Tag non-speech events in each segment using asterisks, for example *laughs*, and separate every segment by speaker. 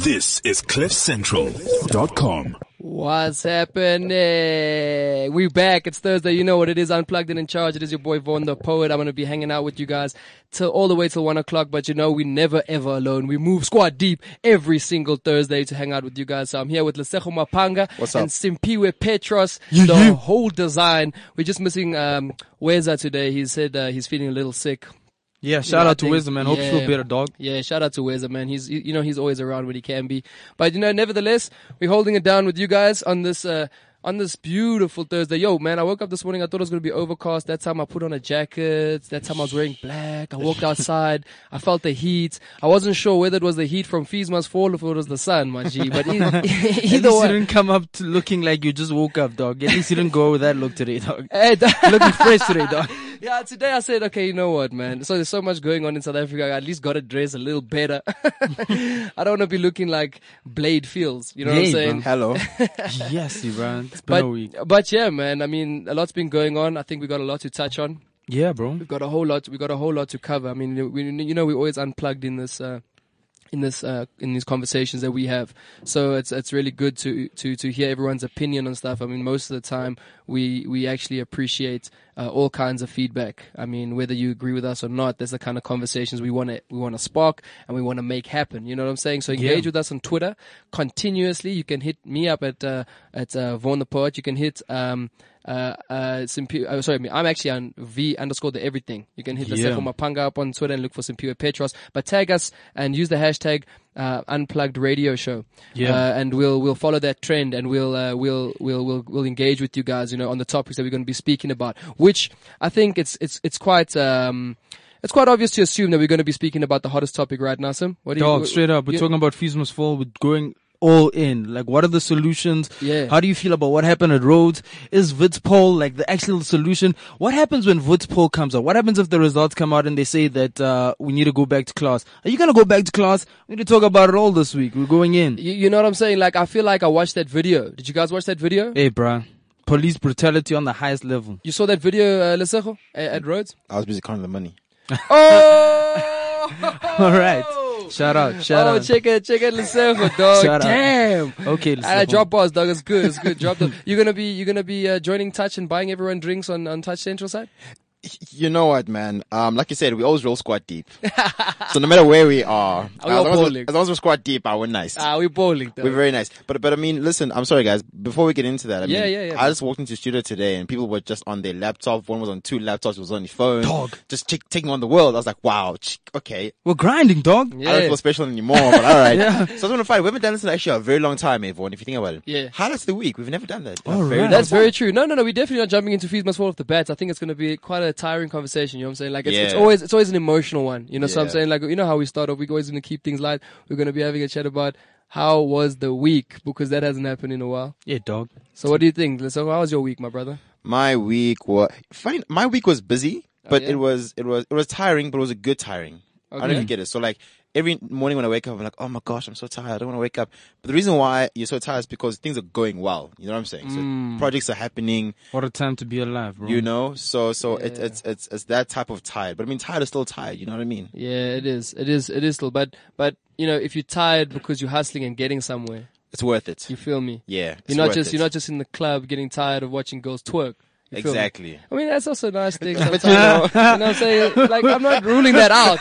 Speaker 1: This is CliffCentral.com.
Speaker 2: What's happening? We back. It's Thursday. You know what it is. Unplugged and in charge. It is your boy Vaughn the poet. I'm gonna be hanging out with you guys till all the way till one o'clock. But you know we never ever alone. We move squad deep every single Thursday to hang out with you guys. So I'm here with Lesejo Mapanga
Speaker 3: What's up?
Speaker 2: and Simpiwe Petros. the whole design. We're just missing um Weza today. He said uh, he's feeling a little sick.
Speaker 3: Yeah,
Speaker 2: You
Speaker 3: shout
Speaker 2: know, I
Speaker 3: out to
Speaker 2: think-
Speaker 3: Wisdom, man. Hope you feel better, dog.
Speaker 2: Yeah, shout out to Weza, man. He's you you know he's always around when he can be. But you know, nevertheless, we're holding it down with you guys on this uh on this beautiful Thursday. Yo, man, I woke up this morning, I thought it was gonna be overcast. That time I put on a jacket, that time I was wearing black, I walked outside, I felt the heat. I wasn't sure whether it was the heat from Feesma's fall or if it was the sun, my G. But e-, *laughs* either, either
Speaker 3: At least you
Speaker 2: way.
Speaker 3: didn't come up to looking like you just woke up, dog. At least you didn't go with that look today, dog.
Speaker 2: Hey,
Speaker 3: Looking fresh today, dog.
Speaker 2: Eh, *laughs* yeah, today I said, okay, you know what, man? So there's so much going on in South Africa. I at least got to dress a little better. *laughs* I don't want to be looking like Blade Fields. *laughs* You know what I'm
Speaker 3: Yeah,
Speaker 2: saying?
Speaker 3: bro.
Speaker 4: Hello.
Speaker 3: *laughs* yes, you bro. It's been a week.
Speaker 2: But but yeah, man. I mean, a lot's been going on. I think we got a lot to touch on.
Speaker 3: Yeah, bro.
Speaker 2: We've got a whole lot. We got a whole lot to cover. I mean, we, you know, we always unplugged in this. Uh, in this, uh, in these conversations that we have, so it's it's really good to to to hear everyone's opinion on stuff. I mean, most of the time we we actually appreciate uh, all kinds of feedback. I mean, whether you agree with us or not, that's the kind of conversations we want to we want to spark and we want to make happen. You know what I'm saying? So engage with us on Twitter continuously. You can hit me up at uh, at uh, Vaughn the Poet. You can hit um uh uh, Simpi- uh sorry me I'm actually on V underscore the everything. You can hit the
Speaker 3: Yeah.
Speaker 2: Seco Mapanga up on Twitter and look for Simpiwe Petros. But tag us and use the hashtag uh, unplugged radio show.
Speaker 3: Yeah.
Speaker 2: Uh, and we'll we'll follow that trend and we'll uh, we'll we'll we'll we'll engage with you guys, you know, on the topics that we're going to be speaking about, which I think it's it's it's quite um it's quite obvious to assume that we're going to be speaking about the hottest topic right now, Sim. What do you
Speaker 3: Dog, straight up. We're
Speaker 2: you-
Speaker 3: talking about fees must fall. We're going all in. Like, what are the solutions?
Speaker 2: Yeah.
Speaker 3: How do you feel about what happened at Rhodes? Is Vitspol like the actual solution? What happens when Vitspol comes out? What happens if the results come out and they say that uh, we need to go back to class? Are you gonna go back to class? We need to talk about it all this week. We're going in.
Speaker 2: You, you know what I'm saying? Like I feel like I watched that video. Did you guys watch that video?
Speaker 3: Hey, bruh. Police brutality on the highest level. *laughs*
Speaker 2: You saw that video, uh, Lesejo, at, at Rhodes?
Speaker 4: I was busy counting the money.
Speaker 2: Oh!
Speaker 3: All right. Shout out. Shout
Speaker 2: oh,
Speaker 3: out.
Speaker 2: check it, check it, Lesejo, dog.
Speaker 3: Shout out.
Speaker 2: Damn.
Speaker 3: Okay,
Speaker 2: *laughs* Ah,
Speaker 3: listen.
Speaker 2: drop bars, dog. It's good. It's good. Drop them. You're gonna be, you're gonna be uh, joining Touch and buying everyone drinks on on Touch Central side.
Speaker 4: You know what, man? Um, like you said, we always roll squat
Speaker 2: *laughs*
Speaker 4: deep. so no matter where we are,
Speaker 2: Are we
Speaker 4: as,
Speaker 2: all
Speaker 4: long as,
Speaker 2: bowling?
Speaker 4: as long as we're squat deep, I we're nice.
Speaker 2: Ah, we're bowling, dog.
Speaker 4: we're very nice. But but I mean, listen, I'm sorry guys. Before we get into that, I
Speaker 2: Yeah,
Speaker 4: mean,
Speaker 2: yeah, yeah.
Speaker 4: I just walked into the studio today and people were just on their laptop. One was on two laptops, was on his phone.
Speaker 3: Dog.
Speaker 4: Just check, taking on the world. I was like, wow, ch- okay.
Speaker 3: We're grinding, dog.
Speaker 4: I don't
Speaker 2: Yeah. *laughs*
Speaker 4: feel special anymore, but all right. So I was going to find, we haven't done this in actually a very long time, everyone, if you think about it.
Speaker 2: Yeah. Oh,
Speaker 4: Highlights of the week. We've never done that.
Speaker 3: All
Speaker 4: Very
Speaker 3: right.
Speaker 4: nice.
Speaker 2: That's very true. No, no, no. We're definitely not jumping into fees must fall off the bats. I think it's going to be quite a tiring conversation. You know what I'm saying? Like it's, it's
Speaker 4: Yeah.
Speaker 2: always it's always an emotional one. You know, so I'm
Speaker 4: Yeah.
Speaker 2: saying like you know how we start off. We're always going to keep things light. We're going to be having a chat about how was the week because that hasn't happened in a while.
Speaker 3: Yeah, dog.
Speaker 2: So what do you think? So how was your week, my brother?
Speaker 4: My week was fine. My week was busy, but
Speaker 2: Oh, yeah?
Speaker 4: it was it was it was tiring, but it was a good tiring. I don't know if
Speaker 2: Okay.
Speaker 4: you get it. So like every morning when I wake up, I'm like, oh my gosh, I'm so tired. I don't want to wake up. But the reason why you're so tired is because things are going well. You know what I'm saying?
Speaker 2: Mm.
Speaker 4: So projects are happening.
Speaker 3: What a time to be alive, bro.
Speaker 4: You know, so so it,
Speaker 2: Yeah.
Speaker 4: it's it's it's that type of tired. But I mean, tired is still tired. You know what I mean?
Speaker 2: Yeah, it is. It is. It is still. But but you know, if you're tired because you're hustling and getting somewhere,
Speaker 4: It's worth it.
Speaker 2: you feel me.
Speaker 4: yeah, it's
Speaker 2: You're not
Speaker 4: worth
Speaker 2: just
Speaker 4: it.
Speaker 2: you're not just in the club getting tired of watching girls twerk. You feel me?
Speaker 4: exactly.
Speaker 2: I mean, that's also a nice thing. Sometimes, you know what I'm saying? Like, I'm not ruling that out.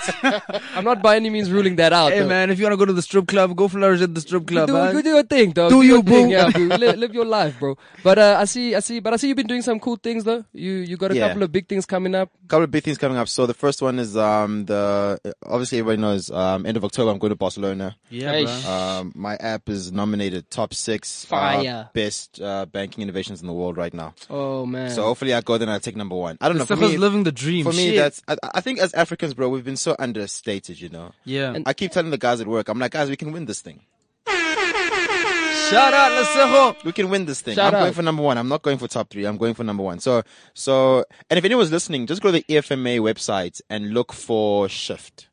Speaker 2: I'm not by any means ruling that out.
Speaker 3: Hey
Speaker 2: though.
Speaker 3: man, if you wanna go to the strip club, go flourish at the strip
Speaker 2: You
Speaker 3: club.
Speaker 2: Do,
Speaker 3: huh?
Speaker 2: you do your thing, dog.
Speaker 3: Do
Speaker 2: your
Speaker 3: you,
Speaker 2: thing,
Speaker 3: boo.
Speaker 2: yeah, boo. Live, live your life, bro. But uh, I see, I see, but I see you've been doing some cool things though. You you got a
Speaker 4: Yeah.
Speaker 2: couple of big things coming up.
Speaker 4: couple of big things coming up. So the first one is um the obviously everybody knows um end of October I'm going to Barcelona.
Speaker 3: yeah,
Speaker 2: Hey,
Speaker 3: bruh.
Speaker 2: sh-
Speaker 4: Um, my app is nominated top six uh,
Speaker 2: Fire.
Speaker 4: best uh, banking innovations in the world right now.
Speaker 2: Oh man.
Speaker 4: So hopefully I go then I take number one. I don't know. For
Speaker 3: Stefan's
Speaker 4: me,
Speaker 3: living the dream.
Speaker 4: for me
Speaker 3: Shit.
Speaker 4: that's I, I think as Africans, bro, we've been so understated. You know,
Speaker 3: yeah.
Speaker 4: I keep telling the guys at work, I'm like, guys, we can win this thing.
Speaker 3: Shout out, Lesejo.
Speaker 4: We can win this thing.
Speaker 2: Shout
Speaker 4: I'm
Speaker 2: out.
Speaker 4: going for number one. I'm not going for top three. I'm going for number one. So E so and if anyone's listening, just go to the EFMA website and look for shift.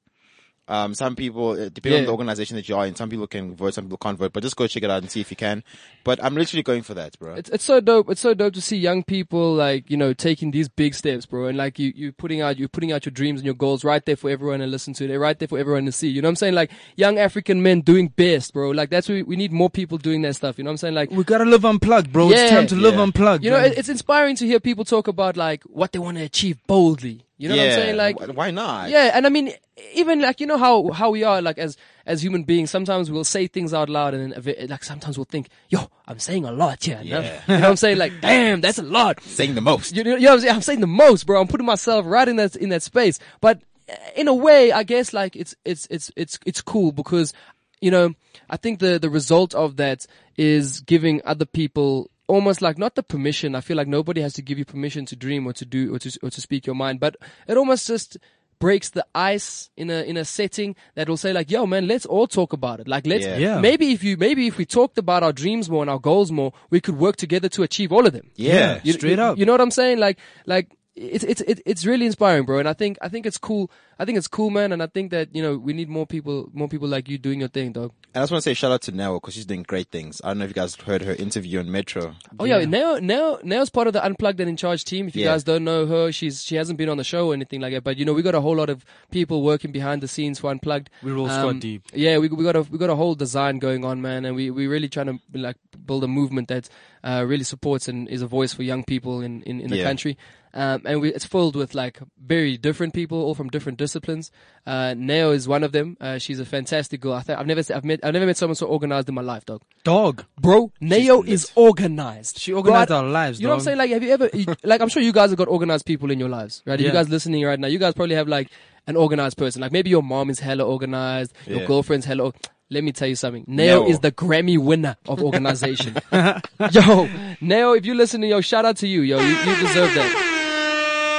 Speaker 4: Um, some people, uh, depending on
Speaker 2: Yeah.
Speaker 4: the organization that you are in, some people can vote, some people can't vote, but just go check it out and see if you can. But I'm literally going for that, bro.
Speaker 2: It's, it's so dope. It's so dope to see young people like you know taking these big steps, bro. And like you, you putting out, you're putting out your dreams and your goals right there for everyone to listen to. They're right there for everyone to see. You know what I'm saying? Like young African men doing best, bro. Like that's what we, we need more people doing that stuff. You know what I'm saying? Like
Speaker 3: We gotta live unplugged, bro. it's
Speaker 2: Yeah.
Speaker 3: time to live
Speaker 4: Yeah.
Speaker 3: unplugged.
Speaker 2: you know,
Speaker 3: man.
Speaker 2: it, it's inspiring to hear people talk about like what they want to achieve boldly. You know what
Speaker 4: Yeah.
Speaker 2: I'm saying? Like
Speaker 4: Wh- why not?
Speaker 2: yeah, and I mean, even like you know how how we are like as as human beings. Sometimes we'll say things out loud, and then ev- like sometimes we'll think, "Yo, I'm saying a lot here." Yeah.
Speaker 4: Yeah.
Speaker 2: You know what I'm saying? Like, damn, that's a lot.
Speaker 4: Saying the most.
Speaker 2: You, you know what I'm saying? I'm saying the most, bro. I'm putting myself right in that in that space. But uh, in a way, I guess like it's it's it's it's it's cool because you know I think the the result of that is giving other people almost like not the permission. I feel like nobody has to give you permission to dream or to do or to or to speak your mind. But it almost just breaks the ice in a in a setting that will say like yo man let's all talk about it like let's
Speaker 4: Yeah.
Speaker 3: Yeah.
Speaker 2: maybe if you maybe if we talked about our dreams more and our goals more we could work together to achieve all of them
Speaker 4: Yeah.
Speaker 2: you,
Speaker 3: Straight
Speaker 2: you-
Speaker 3: up.
Speaker 2: You know what I'm saying? Like, like it's it's it, it's really inspiring, bro. And I think I think it's cool. I think it's cool, man. And I think that you know we need more people, more people like you doing your thing, dog.
Speaker 4: And I just want to say shout out to Nell because she's doing great things. I don't know if you guys heard her interview on Metro.
Speaker 2: Oh yeah, Neo Neo Neo's part of the Unplugged and In Charge team. If you
Speaker 4: Yeah.
Speaker 2: guys don't know her, she's she hasn't been on the show or anything like that. But you know we got a whole lot of people working behind the scenes for Unplugged.
Speaker 3: We roll squad deep.
Speaker 2: Um, Yeah, we we got a we got a whole design going on, man, and we we really trying to like build a movement that uh, really supports and is a voice for young people in in, in the
Speaker 4: Yeah.
Speaker 2: country. Um, and we, it's filled with like very different people, all from different disciplines. Uh, Neo is one of them. Uh, she's a fantastic girl. I th- I've never se- I've met I've never met someone so organized in my life, dog.
Speaker 3: dog.
Speaker 2: Bro, Neo is organized.
Speaker 3: She organized
Speaker 2: Bro, I-
Speaker 3: our lives,
Speaker 2: You know what
Speaker 3: dog.
Speaker 2: I'm saying? Like, have you ever, you- like, I'm sure you guys have got organized people in your lives, right? If You
Speaker 3: Yeah.
Speaker 2: guys listening right now, you guys probably have like an organized person. Like, maybe your mom is hella organized, your
Speaker 4: Yeah.
Speaker 2: girlfriend's hella. or- Let me tell you something. Neo
Speaker 4: No.
Speaker 2: is the Grammy winner *laughs* of organization. yo, Neo, if you're listening, yo, shout out to you, yo. You, you deserve that.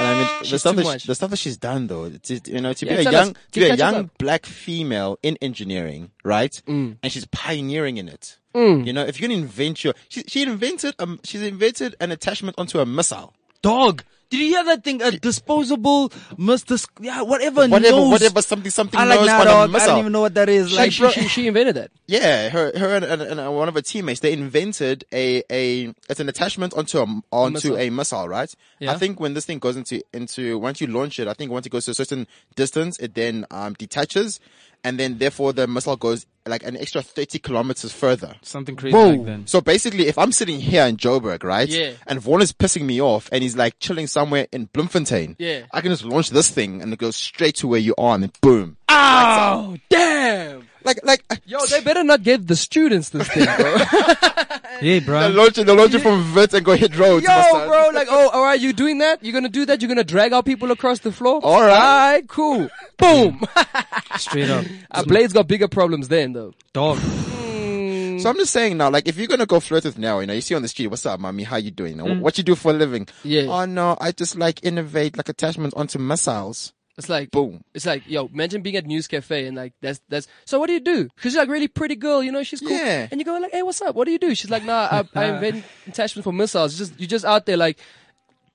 Speaker 4: And I mean, the
Speaker 2: She's
Speaker 4: stuff,
Speaker 2: too
Speaker 4: that
Speaker 2: much.
Speaker 4: she, the stuff that she's done though, it's, it- you know, to
Speaker 2: Yeah,
Speaker 4: be a
Speaker 2: tell
Speaker 4: young,
Speaker 2: us.
Speaker 4: to be a
Speaker 2: Catch us
Speaker 4: young
Speaker 2: up. Mm.
Speaker 4: black female in engineering, right? And she's pioneering in it. You know, if you can invent your, she, she invented, um, she's invented an attachment onto a missile.
Speaker 3: Dog. Did you hear that thing? A disposable, must dis- yeah, whatever,
Speaker 4: Whatever,
Speaker 3: nose.
Speaker 4: whatever, something, something
Speaker 3: I like
Speaker 4: knows
Speaker 3: that,
Speaker 4: on a
Speaker 3: dog. I
Speaker 4: missile.
Speaker 3: don't even know what that is.
Speaker 2: Like,
Speaker 3: Like,
Speaker 2: she, she, she invented that.
Speaker 4: Yeah, her, her, and, and, and one of her teammates, they invented a, a, it's an attachment onto a, onto
Speaker 2: missile.
Speaker 4: a missile, right?
Speaker 2: Yeah.
Speaker 4: I think when this thing goes into, into, once you launch it, I think once it goes to a certain distance, it then, um, detaches and then therefore the missile goes like an extra 30 kilometers further.
Speaker 3: something crazy
Speaker 2: Whoa.
Speaker 3: like that.
Speaker 4: So basically, if I'm sitting here in Joburg, right?
Speaker 2: Yeah.
Speaker 4: And Vaughan is pissing me off and he's like chilling somewhere in Bloemfontein.
Speaker 2: Yeah.
Speaker 4: I can just launch this thing and it goes straight to where you are and then boom.
Speaker 2: Oh, damn.
Speaker 4: Like, like,
Speaker 2: Yo, they better not give the students this thing, bro.
Speaker 3: Hey, bro.
Speaker 4: They'll launch it, they'll launch it from Vit and go hit
Speaker 2: *laughs*
Speaker 4: roads.
Speaker 2: Yo,
Speaker 4: bastard.
Speaker 2: bro, like, oh, all right, you doing that? You're gonna do that? You're gonna drag our people across the floor?
Speaker 4: All right.
Speaker 2: All right, cool. Boom.
Speaker 3: Straight up.
Speaker 2: Our Uh, Blade's got bigger problems then, though.
Speaker 3: Dog.
Speaker 4: So I'm just saying now, like, if you're gonna go flirt with now, you know, you see on the street, what's up, mommy? How you doing? What you do for a living?
Speaker 2: Yeah.
Speaker 4: Oh no, I just like innovate like attachments onto missiles.
Speaker 2: It's like,
Speaker 4: Boom.
Speaker 2: It's like, yo, imagine being at News Cafe and like, that's, that's, so what do you do? Cause she's like really pretty girl, you know, she's cool.
Speaker 4: Yeah.
Speaker 2: And you go like, hey, what's up? What do you do? She's like, nah,
Speaker 4: *laughs*
Speaker 2: I, I invent attachments for missiles. It's just, you're just out there like,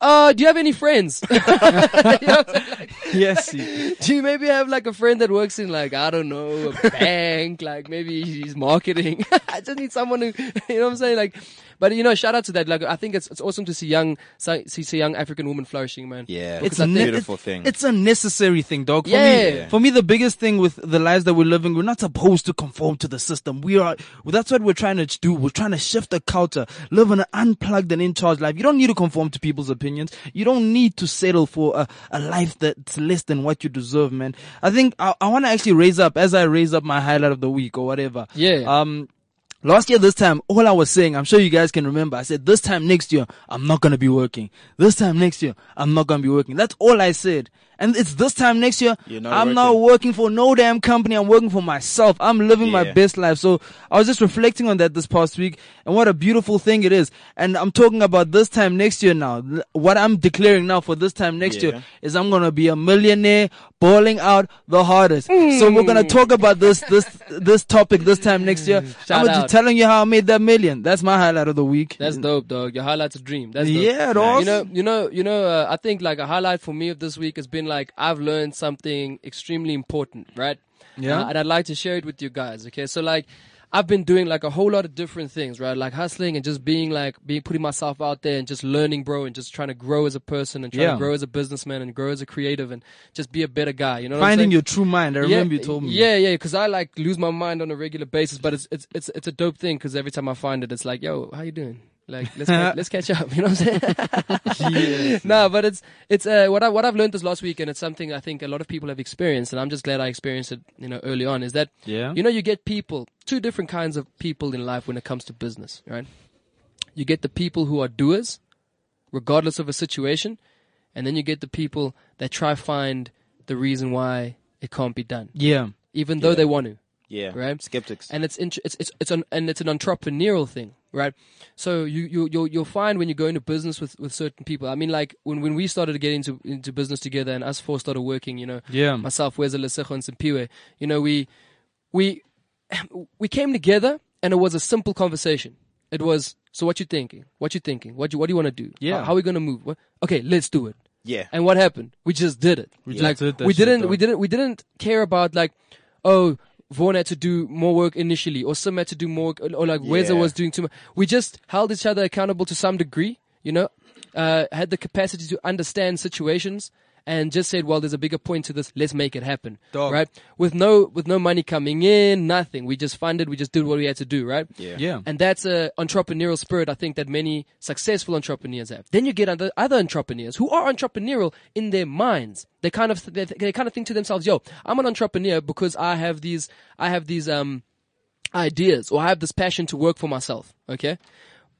Speaker 2: uh, do you have any friends? *laughs* You know what I'm saying? Like,
Speaker 3: Yes. *laughs* he-
Speaker 2: Do you maybe have like a friend that works in like I don't know a bank? *laughs* like maybe he's marketing. *laughs* I just need someone who *laughs* you know what I'm saying. Like, but you know, shout out to that. Like, I think it's it's awesome to see young see, see young African women flourishing, man.
Speaker 4: Yeah.
Speaker 3: It's
Speaker 4: a
Speaker 3: a ne-
Speaker 4: beautiful
Speaker 3: it-
Speaker 4: thing.
Speaker 3: It's a necessary thing, dog. For
Speaker 2: Yeah.
Speaker 3: me, for me, the biggest thing with the lives that we're living, we're not supposed to conform to the system. We are. well, That's what we're trying to do. We're trying to shift the culture, live an unplugged and in charge life. You don't need to conform to people's opinions. You don't need to settle for a, a life that's less than what you deserve, man. I think I, I want to actually raise up as I raise up my highlight of the week or whatever.
Speaker 2: Yeah.
Speaker 3: Um. Last year, this time, all I was saying, I'm sure you guys can remember, I said, this time next year, I'm not gonna be working. This time next year, I'm not gonna be working. That's all I said. And it's this time next year,
Speaker 4: You're not
Speaker 3: I'm
Speaker 4: working.
Speaker 3: not working for no damn company. I'm working for myself. I'm living my
Speaker 4: Yeah.
Speaker 3: best life. So I was just reflecting on that this past week and what a beautiful thing it is. And I'm talking about this time next year now. L- What I'm declaring now for this time next
Speaker 4: Yeah.
Speaker 3: year is I'm gonna be a millionaire balling out the hardest. So we're
Speaker 4: Hmm.
Speaker 3: gonna talk about this, this, this topic this time next year.
Speaker 2: Shout
Speaker 3: I'm gonna
Speaker 2: out.
Speaker 3: be telling you how I made that million. That's my highlight of the week.
Speaker 2: That's dope, dog. Your highlight's a dream. That's dope.
Speaker 3: yeah, dog.
Speaker 2: You know, you know, you know. Uh, I think like a highlight for me of this week has been like I've learned something extremely important, right?
Speaker 3: Yeah.
Speaker 2: Uh, and I'd like to share it with you guys. Okay, so like. I've been doing like a whole lot of different things, right? Like hustling and just being like, being putting myself out there and just learning, bro, and just trying to grow as a person and trying
Speaker 3: Yeah.
Speaker 2: to grow as a businessman and grow as a creative and just be a better guy. You know, what I'm
Speaker 3: Finding
Speaker 2: saying?
Speaker 3: your true mind. I remember you told me. *laughs*
Speaker 2: Yeah, yeah, because I like lose my mind on a regular basis, but it's it's it's, it's a dope thing because every time I find it, it's like, yo, how you doing? Like let's
Speaker 3: *laughs*
Speaker 2: ca- let's catch up. *laughs* You know what I'm saying? no, but it's it's uh, what I what I've learned this last week, and it's something I think a lot of people have experienced, and I'm just glad I experienced it, you know, early on. Is that
Speaker 3: Yeah.
Speaker 2: you know you get people two different kinds of people in life when it comes to business, right? You get the people who are doers, regardless of a situation, and then you get the people that try find the reason why it can't be done,
Speaker 3: Yeah.
Speaker 2: even though they want to
Speaker 5: Yeah.
Speaker 2: Right?
Speaker 5: Skeptics.
Speaker 2: and it's int- it's it's it's an and it's an entrepreneurial thing, right? So you you you'll, you'll find when you go into business with, with certain people. I mean, like when, when we started to get into into business together, and us four started working. You know,
Speaker 3: Yeah.
Speaker 2: myself, Weza Lesejo, and Simpiwe. You know, we we *clears throat* we came together, and it was a simple conversation. It was so what you thinking, what you thinking, what you what do you want to do?
Speaker 3: Yeah.
Speaker 2: how, how are we gonna move? What? Okay, let's do it.
Speaker 5: Yeah.
Speaker 2: And what happened? We just did it. We
Speaker 3: just
Speaker 2: like,
Speaker 3: did that
Speaker 2: We
Speaker 3: shit,
Speaker 2: didn't.
Speaker 3: though.
Speaker 2: we didn't. We didn't care about like, oh, Vaughn had to do more work initially, or Sim had to do more, work, or, or, like Weza
Speaker 5: Yeah.
Speaker 2: was doing too much. We just held each other accountable to some degree. You know, uh, had the capacity to understand situations. And just said, well, there's a bigger point to this. Let's make it happen,
Speaker 3: Dog.
Speaker 2: right? With no, with no money coming in, nothing. We just funded. We just did what we had to do, right?
Speaker 5: Yeah.
Speaker 3: Yeah.
Speaker 2: And that's a entrepreneurial spirit I think that many successful entrepreneurs have. Then you get other, other entrepreneurs who are entrepreneurial in their minds. They kind of they, they kind of think to themselves, "Yo, I'm an entrepreneur because I have these I have these um ideas or I have this passion to work for myself." Okay?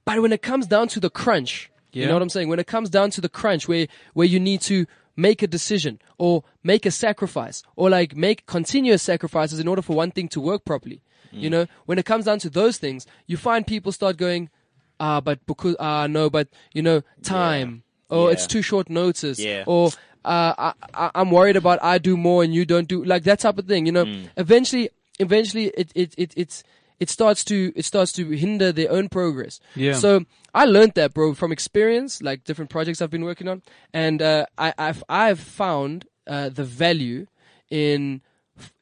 Speaker 2: But when it comes down to the crunch, you
Speaker 3: Yeah.
Speaker 2: know what I'm saying? When it comes down to the crunch where where you need to make a decision or make a sacrifice or like make continuous sacrifices in order for one thing to work properly. You know, when it comes down to those things, you find people start going, ah, but because ah no, but you know, time or
Speaker 5: Yeah.
Speaker 2: it's too short notice
Speaker 5: Yeah.
Speaker 2: or uh, I, I, I'm worried about I do more and you don't do like that type of thing. You know,
Speaker 5: Mm.
Speaker 2: eventually, eventually, it it it it's it starts to it starts to hinder their own progress.
Speaker 3: Yeah.
Speaker 2: So I learned that, bro, from experience, like different projects I've been working on, and uh, I I've I've found uh, the value in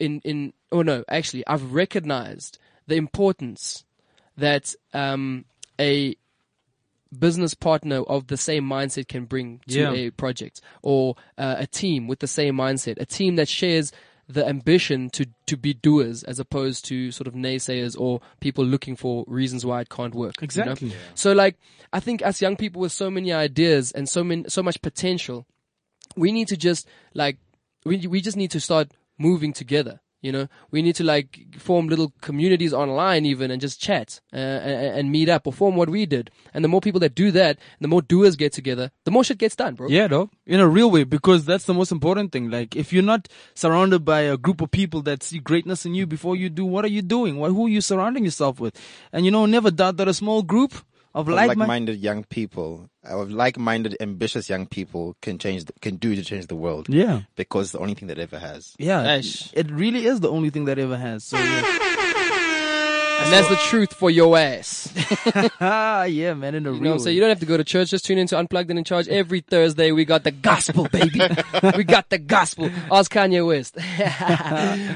Speaker 2: in in oh no, actually, I've recognized the importance that um a business partner of the same mindset can bring to
Speaker 3: Yeah.
Speaker 2: a project or uh, a team with the same mindset, a team that shares the ambition to, to be doers as opposed to sort of naysayers or people looking for reasons why it can't work. you know?
Speaker 3: Exactly. Yeah.
Speaker 2: So like, I think as young people with so many ideas and so many, so much potential, we need to just like we we just need to start moving together you know we need to like form little communities online even and just chat uh, and, and meet up or form what we did and the more people that do that the more doers get together the more shit gets done bro
Speaker 3: Yeah, though, in a real way, because that's the most important thing. Like, if you're not surrounded by a group of people that see greatness in you before you do, what are you doing? What, who are you surrounding yourself with? And you know, never doubt that a small group of
Speaker 4: Of
Speaker 3: like minded.
Speaker 4: like-minded young people, of like-minded ambitious young people can change, the, can do to change the world.
Speaker 3: Yeah.
Speaker 4: because it's the only thing that ever has.
Speaker 3: Yeah.
Speaker 5: Ash.
Speaker 3: It really is the only thing that ever has. So, yeah. *laughs*
Speaker 2: and that's the truth for your ass
Speaker 3: ah, yeah, man, in a
Speaker 2: you know
Speaker 3: real
Speaker 2: what i'm saying
Speaker 3: way.
Speaker 2: you don't have to go to church just tune into unplugged and in charge every thursday we got the gospel baby we got the gospel ask kanye west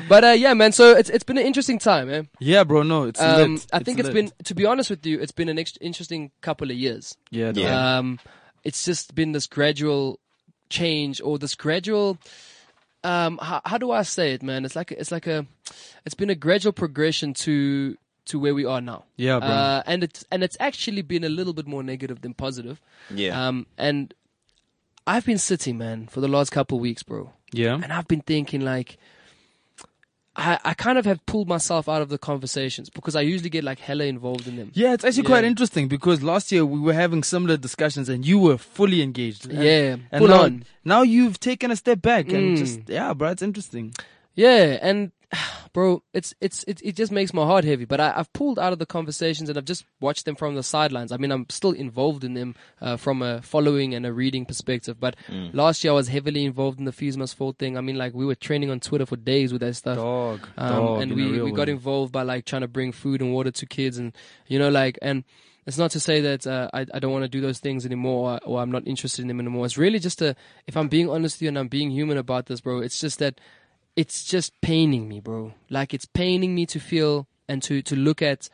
Speaker 2: *laughs* but uh, yeah man so it's, it's been an interesting time man
Speaker 3: yeah, bro, no, it's
Speaker 2: um,
Speaker 3: lit.
Speaker 2: I think
Speaker 3: it's
Speaker 2: it's
Speaker 3: lit.
Speaker 2: been, to be honest with you, it's been an ex- interesting couple of years.
Speaker 3: Yeah, dog.
Speaker 4: Yeah.
Speaker 2: Um, it's just been this gradual change or this gradual. Um, how, how do I say it, man? It's like it's like a, it's been a gradual progression to to where we are now.
Speaker 3: Yeah, bro.
Speaker 2: Uh, and it's and it's actually been a little bit more negative than positive.
Speaker 5: Yeah.
Speaker 2: Um, and I've been sitting, man, for the last couple of weeks, bro.
Speaker 3: yeah.
Speaker 2: And I've been thinking like I, I kind of have pulled myself out of the conversations because I usually get like hella involved in them.
Speaker 3: Yeah, it's actually quite
Speaker 2: Yeah.
Speaker 3: interesting because last year we were having similar discussions and you were fully engaged. And-
Speaker 2: Yeah,
Speaker 3: and
Speaker 2: full
Speaker 3: now,
Speaker 2: on.
Speaker 3: Now you've taken a step back
Speaker 2: Mm.
Speaker 3: and just yeah, bro, it's interesting.
Speaker 2: Yeah, and *sighs* bro, it's it's it, it just makes my heart heavy. But I, I've pulled out of the conversations and I've just watched them from the sidelines. I mean, I'm still involved in them uh, from a following and a reading perspective. But last year I was heavily involved in the Fees Must Fall thing. I mean, like we were training on Twitter for days with that stuff.
Speaker 3: Dog,
Speaker 2: um, and we, we got involved by like trying to bring food and water to kids and you know like and it's not to say that uh, I, I don't want to do those things anymore or, or i'm not interested in them anymore it's really just a if i'm being honest with you and i'm being human about this bro it's just that it's just paining me, bro. Like it's paining me to feel and to to look at,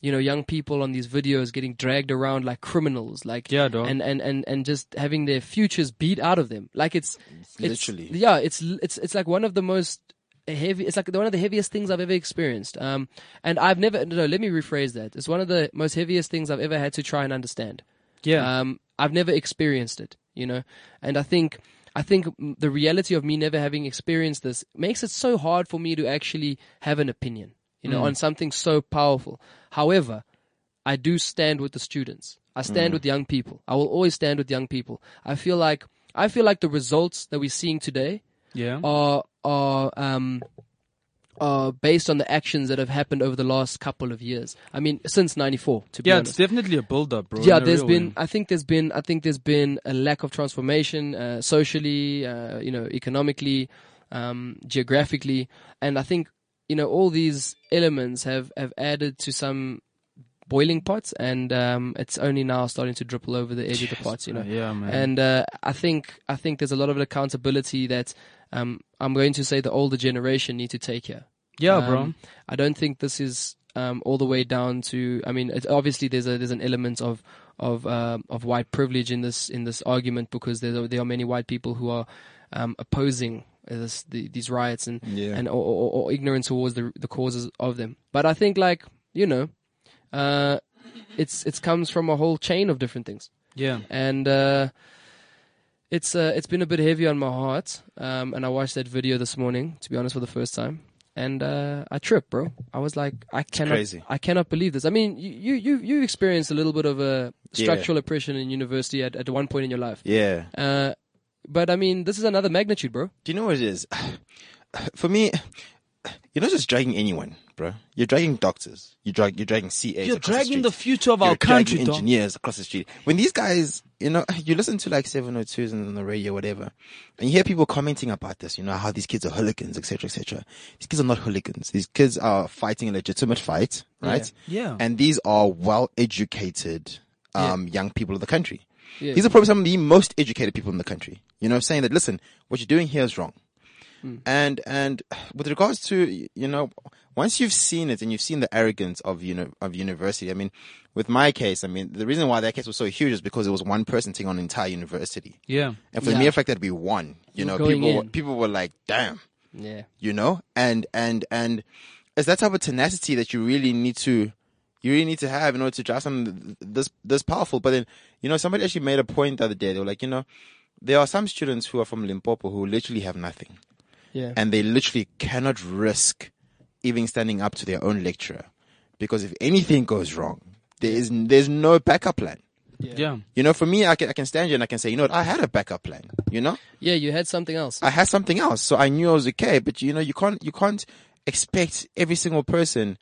Speaker 2: you know, young people on these videos getting dragged around like criminals, like
Speaker 3: Yeah, dog.
Speaker 2: and and and and just having their futures beat out of them. Like it's, it's-
Speaker 4: literally.
Speaker 2: yeah, it's it's it's like one of the most heavy. It's like one of the heaviest things I've ever experienced. Um, and I've never no. Let me rephrase that. It's one of the most heaviest things I've ever had to try and understand.
Speaker 3: Yeah.
Speaker 2: Um, I've never experienced it, you know, and I think I think the reality of me never having experienced this makes it so hard for me to actually have an opinion, you
Speaker 3: Mm.
Speaker 2: know, on something so powerful. However, I do stand with the students. I
Speaker 3: Mm.
Speaker 2: stand with young people. I will always stand with young people. I feel like I feel like the results that we're seeing today
Speaker 3: yeah.
Speaker 2: are are um are based on the actions that have happened over the last couple of years. I mean, since '94, to be
Speaker 3: yeah,
Speaker 2: honest
Speaker 3: it's definitely a build up, bro.
Speaker 2: yeah
Speaker 3: in a
Speaker 2: there's
Speaker 3: real
Speaker 2: been
Speaker 3: way.
Speaker 2: i think there's been i think there's been a lack of transformation uh, socially uh, you know economically um, geographically and i think you know all these elements have have added to some boiling pots and um, it's only now starting to dripple over the edge of the pots you know
Speaker 3: Yeah, man.
Speaker 2: and uh, I think I think there's a lot of accountability that um, I'm going to say the older generation need to take here.
Speaker 3: yeah,
Speaker 2: Um,
Speaker 3: bro.
Speaker 2: I don't think this is um, all the way down to. I mean, it's obviously there's a there's an element of of um of white privilege in this in this argument because there are, there are many white people who are um, opposing this, the, these riots and
Speaker 4: Yeah.
Speaker 2: and or, or, or ignorant towards the the causes of them. But I think like you know, uh, it's it's comes from a whole chain of different things
Speaker 3: Yeah.
Speaker 2: and uh, it's uh, it's been a bit heavy on my heart. Um, and I watched that video this morning, to be honest, for the first time, and uh, I tripped, bro. I was like, I cannot,
Speaker 4: crazy.
Speaker 2: I cannot believe this. I mean, you you you, you experienced a little bit of a
Speaker 4: Yeah.
Speaker 2: structural oppression in university at, at one point in your life,
Speaker 4: Yeah.
Speaker 2: uh, but I mean, this is another magnitude, bro.
Speaker 4: Do you know what it is? *sighs* For me, *sighs* you're not just dragging anyone, bro. You're dragging doctors. You drag. You're dragging CAs.
Speaker 3: You're
Speaker 4: across
Speaker 3: dragging
Speaker 4: street.
Speaker 3: the future of
Speaker 4: You're
Speaker 3: our country,
Speaker 4: dragging
Speaker 3: dog.
Speaker 4: engineers across the street. When these guys, you know, *laughs* you listen to like 702s and on the radio, whatever, and you hear people commenting about this, you know, how these kids are hooligans, etc., etc. These kids are not hooligans. These kids are fighting a legitimate fight, right?
Speaker 3: Yeah.
Speaker 4: And these are well-educated um, young people of the country.
Speaker 2: Yeah.
Speaker 4: These are probably some of the most educated people in the country. You know, saying that, listen, what you're doing here is wrong. And and with regards to you know, once you've seen it and you've seen the arrogance of you know of university. I mean, with my case, I mean the reason why that case was so huge is because it was one person taking on an entire university.
Speaker 3: Yeah.
Speaker 4: And for the
Speaker 2: Yeah.
Speaker 4: mere fact that we won, you
Speaker 2: We're
Speaker 4: know,
Speaker 2: going
Speaker 4: people were-
Speaker 2: in.
Speaker 4: people were like, damn
Speaker 2: Yeah,
Speaker 4: you know and and and it's that type of tenacity that you really need to you really need to have in order to drive something this this powerful but then you know somebody actually made a point the other day they were like you know there are some students who are from limpopo who literally have nothing
Speaker 2: yeah,
Speaker 4: and they literally cannot risk even standing up to their own lecturer because if anything goes wrong there is there's no backup plan
Speaker 3: Yeah.
Speaker 4: you know for me i can, I can stand here and i can say you know what i had a backup plan you know
Speaker 2: yeah. You had something else.
Speaker 4: I had something else, so I knew I was okay. But you know, you can't you can't expect every single person,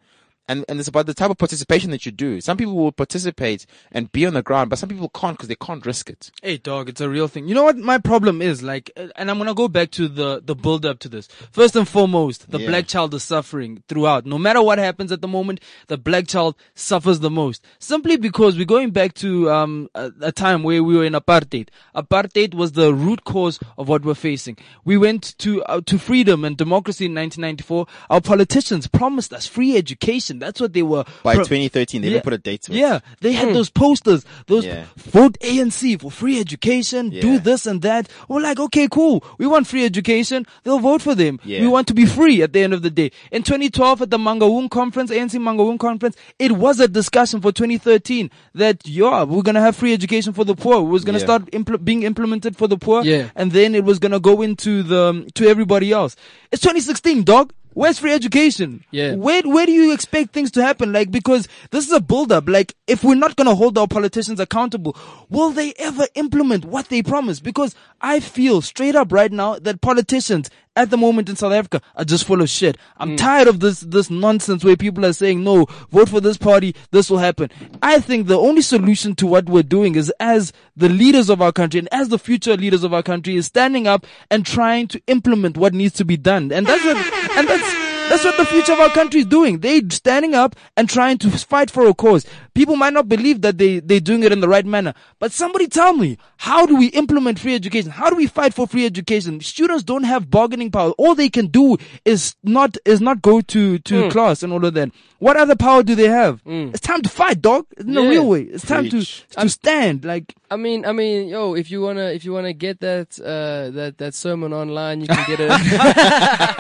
Speaker 4: and and it's about the type of participation that you do. Some people will participate and be on the ground, but some people can't because they can't risk it.
Speaker 3: Hey dog, it's a real thing. You know what my problem is like, uh, and I'm gonna go back to the the build up to this. First and foremost, the
Speaker 4: Yeah.
Speaker 3: black child is suffering throughout. No matter what happens at the moment, the black child suffers the most simply because we're going back to um a, a time where we were in apartheid. Apartheid was the root cause of what we're facing. We went to uh, to freedom and democracy in 1994. Our politicians promised us free education. That's what they were
Speaker 4: By
Speaker 3: pro-
Speaker 4: 2013, they
Speaker 3: yeah.
Speaker 4: didn't put a date to it.
Speaker 3: Yeah, they had those posters, those
Speaker 4: Yeah.
Speaker 3: vote ANC for free education, do
Speaker 4: Yeah.
Speaker 3: this and that. We're like, okay, cool. We want free education. They'll vote for them.
Speaker 4: Yeah.
Speaker 3: We want to be free at the end of the day. In 2012 at the Mangaung conference, ANC Mangaung conference, it was a discussion for 2013 that, yeah, we're going to have free education for the poor. It was going to
Speaker 4: Yeah.
Speaker 3: start impl- being implemented for the poor.
Speaker 2: Yeah.
Speaker 3: And then it was going to go into the, to everybody else. It's 2016, dog. Where's free education?
Speaker 2: Yeah.
Speaker 3: Where where do you expect things to happen? Like because this is a build up. Like if we're not gonna hold our politicians accountable, will they ever implement what they promise? Because I feel straight up right now that politicians at the moment in South Africa are just full of shit. I'm tired of this this nonsense where people are saying no, vote for this party, this will happen. I think the only solution to what we're doing is as the leaders of our country and as the future leaders of our country is standing up and trying to implement what needs to be done. And that's what and that's That's what the future of our country is doing. They're standing up and trying to fight for a cause. People might not believe that they, they're doing it in the right manner, but somebody tell me, how do we implement free education? How do we fight for free education? Students don't have bargaining power. All they can do is not, is not go to, to
Speaker 2: Hmm.
Speaker 3: class and all of that. What other power do they have? It's time to fight, dog. In a
Speaker 2: Yeah.
Speaker 3: real way. It's time
Speaker 4: Preach.
Speaker 3: to, to stand. Like,
Speaker 2: I mean, I mean, yo, if you wanna, if you wanna get that, uh, that that sermon online, you can get
Speaker 4: *laughs*
Speaker 2: it.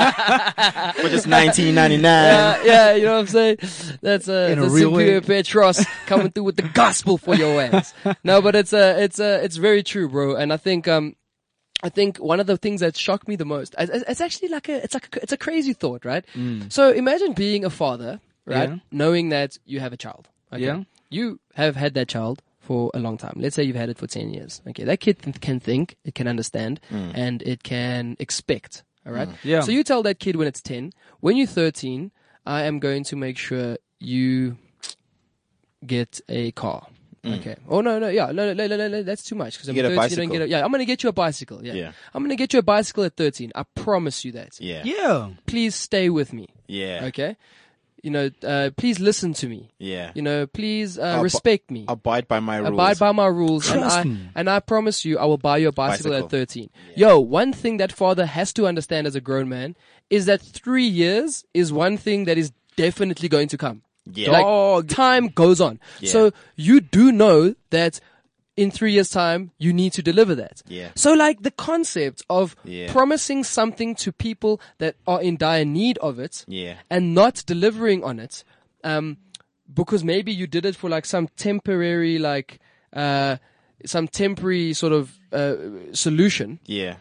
Speaker 4: For just 1999.
Speaker 2: Uh, yeah, you know what I'm saying? That's uh,
Speaker 3: In a
Speaker 2: the
Speaker 3: real
Speaker 2: superior
Speaker 3: way.
Speaker 2: Petros coming through with the gospel for your ass. No, but it's uh, it's uh, it's very true, bro. And I think um, I think one of the things that shocked me the most, it's- it's it's actually like a, it's like a, it's a crazy thought, right? So imagine being a father, right?
Speaker 3: Mm. Yeah.
Speaker 2: Knowing that you have a child. Okay?
Speaker 3: Yeah.
Speaker 2: You have had that child for a long time. Let's say you've had it for 10 years. Okay. That kid th- can think, it can understand,
Speaker 4: Mm.
Speaker 2: and it can expect. All right.
Speaker 3: Yeah.
Speaker 2: So you tell that kid when it's 10, when you're 13, I am going to make sure you get a car. Okay. Oh no, no, yeah, no, no, no, no, no that's too much because I'm
Speaker 4: Mm. get a
Speaker 2: 13. You don't
Speaker 4: bicycle.
Speaker 2: get a, yeah, I'm gonna get you a bicycle. Yeah.
Speaker 4: Yeah.
Speaker 2: I'm gonna get you a bicycle at 13. I promise you that.
Speaker 4: Yeah.
Speaker 3: yeah.
Speaker 2: Please stay with me.
Speaker 4: Yeah.
Speaker 2: Okay. You know, uh, please listen to me.
Speaker 4: Yeah.
Speaker 2: You know, please uh,
Speaker 4: Ab-
Speaker 2: respect me.
Speaker 4: Abide by my rules.
Speaker 2: Abide by my rules, and
Speaker 3: Trust
Speaker 2: I
Speaker 3: me.
Speaker 2: and I promise you, I will buy you a bicycle,
Speaker 4: Bicycle.
Speaker 2: at thirteen. Yo, one thing that father has to understand as a grown man is that three years is one thing that is definitely going to come.
Speaker 4: Yeah.
Speaker 2: like time goes on, so you do know that in three years' time you need to deliver that.
Speaker 4: Yeah.
Speaker 2: So, like the concept of
Speaker 4: Yeah.
Speaker 2: promising something to people that are in dire need of it,
Speaker 4: Yeah.
Speaker 2: and not delivering on it, um, because maybe you did it for like some temporary, like uh, some temporary sort of uh, solution.
Speaker 4: yeah.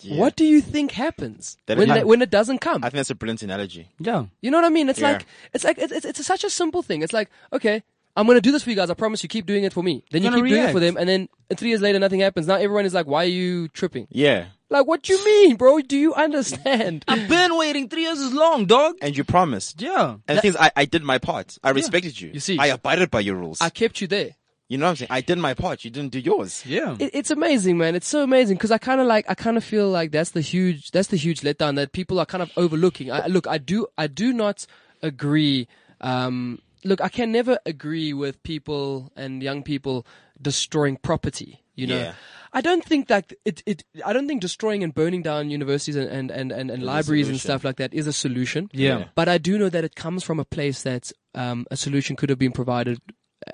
Speaker 4: Yeah.
Speaker 2: What do you think happens
Speaker 4: That it
Speaker 2: when
Speaker 4: hap-
Speaker 2: that, when it doesn't come?
Speaker 4: I think that's a brilliant analogy.
Speaker 3: Yeah.
Speaker 2: You know what I mean? It's
Speaker 4: Yeah.
Speaker 2: like it's like it's, it's, it's such a simple thing. It's like okay, I'm gonna do this for you guys. I promise you. Keep doing it for me. Then you
Speaker 3: Gonna
Speaker 2: keep doing it for
Speaker 3: react.
Speaker 2: them, and then three years later, nothing happens. Now everyone is like, "Why are you tripping?
Speaker 4: Yeah.
Speaker 2: Like, what you mean, bro? Do you understand?"
Speaker 3: Been waiting three years is long, dog.
Speaker 4: And you promised.
Speaker 3: Yeah.
Speaker 4: And the thing is, I, I did my part. I respected you.
Speaker 2: You see.
Speaker 4: I abided by your rules.
Speaker 2: I kept you there.
Speaker 4: you know what I'm saying? I did my part. You didn't do yours.
Speaker 3: Yeah.
Speaker 2: it, it's amazing, man. It's so amazing because I kind of like I kind of feel like that's the huge that's the huge letdown that people are kind of overlooking. I, look, I do I do not agree. Um, look, I can never agree with people and young people destroying property. You know.
Speaker 4: Yeah.
Speaker 2: I don't think that it, it I don't think destroying and burning down universities and, and, and, and, and libraries and
Speaker 4: solution.
Speaker 2: stuff like that is a solution.
Speaker 3: Yeah. Yeah.
Speaker 2: But I do know that it comes from a place that um, a solution could have been provided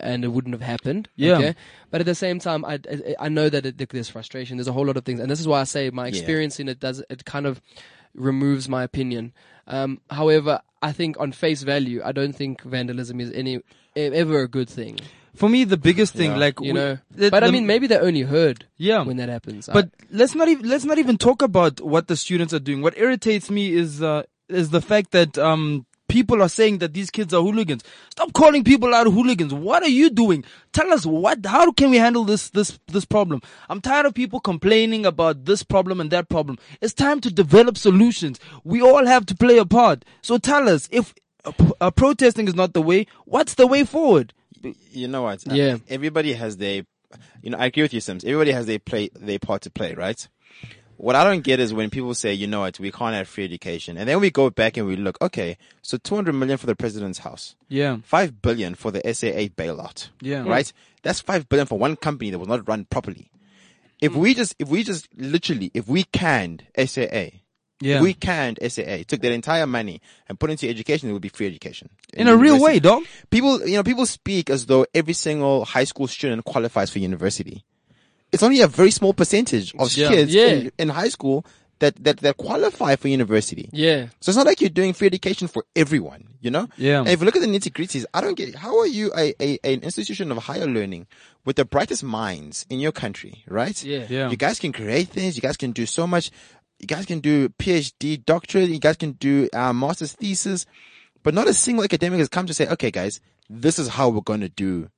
Speaker 2: and it wouldn't have happened.
Speaker 3: Yeah.
Speaker 2: Okay? But at the same time, I, I, I know that it, there's frustration. There's a whole lot of things, and this is why I say my experience in it does it kind of removes my opinion. Um, however, I think on face value, I don't think vandalism is any e- ever a good thing.
Speaker 3: For me, the biggest thing,
Speaker 4: Yeah.
Speaker 3: like
Speaker 2: You
Speaker 3: we-
Speaker 2: know.
Speaker 3: the-
Speaker 2: but I
Speaker 3: the-
Speaker 2: mean, maybe they only heard
Speaker 3: yeah.
Speaker 2: when that happens. I-
Speaker 3: but let's not even let's not even talk about what the students are doing. What irritates me is uh, is the fact that um, people are saying that these kids are hooligans. Stop calling people out hooligans. What are you doing? Tell us what. How can we handle this this this problem? I'm tired of people complaining about this problem and that problem. It's time to develop solutions. We all have to play a part. So tell us if uh, p- uh, protesting is not the way. What's the way forward?
Speaker 4: You know what?
Speaker 2: Yeah.
Speaker 4: Everybody has their, you know, I agree with you, Sims. Everybody has their play, their part to play, right? What I don't get is when people say, you know what, we can't have free education. And then we go back and we look, okay, so 200 million for the president's house.
Speaker 3: Yeah.
Speaker 4: 5 billion for the SAA bailout.
Speaker 3: Yeah.
Speaker 4: Right? That's 5 billion for one company that was not run properly. If we just, if we just literally, if we canned SAA,
Speaker 3: Yeah.
Speaker 4: if we canned SAA, took that entire money and put it into education, it would be free education.
Speaker 3: in a real way,
Speaker 4: University.
Speaker 3: dog.
Speaker 4: People, you know, people speak as though every single high school student qualifies for university. It's only a very small percentage of
Speaker 2: Yeah.
Speaker 4: kids
Speaker 2: Yeah.
Speaker 4: In, in high school that, that, that qualify for university.
Speaker 2: yeah,
Speaker 4: So it's not like you're doing free education for everyone, you know?
Speaker 3: Yeah.
Speaker 4: And if you look at the nitty gritties, I don't get How are you a, a, an institution of higher learning with the brightest minds in your country, right?
Speaker 2: Yeah.
Speaker 3: Yeah.
Speaker 4: You guys can create things. You guys can do so much. You guys can do PhD, doctorate. You guys can do uh, master's thesis, but not a single academic has come to say, okay, guys, this is how we're going to do,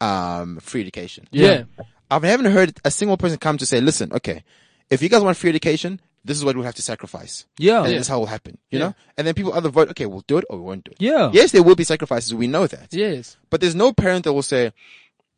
Speaker 4: um, free education.
Speaker 2: yeah,
Speaker 4: I haven't heard a single person come to say, listen, okay, if you guys want free education, this is what we'll have to sacrifice.
Speaker 3: Yeah.
Speaker 4: And this is how it will happen, you
Speaker 2: Yeah.
Speaker 4: know? And then people either vote, okay, we'll do it or we won't do it.
Speaker 3: Yeah.
Speaker 4: Yes, there will be sacrifices. We know that.
Speaker 2: yes,
Speaker 4: But there's no parent that will say,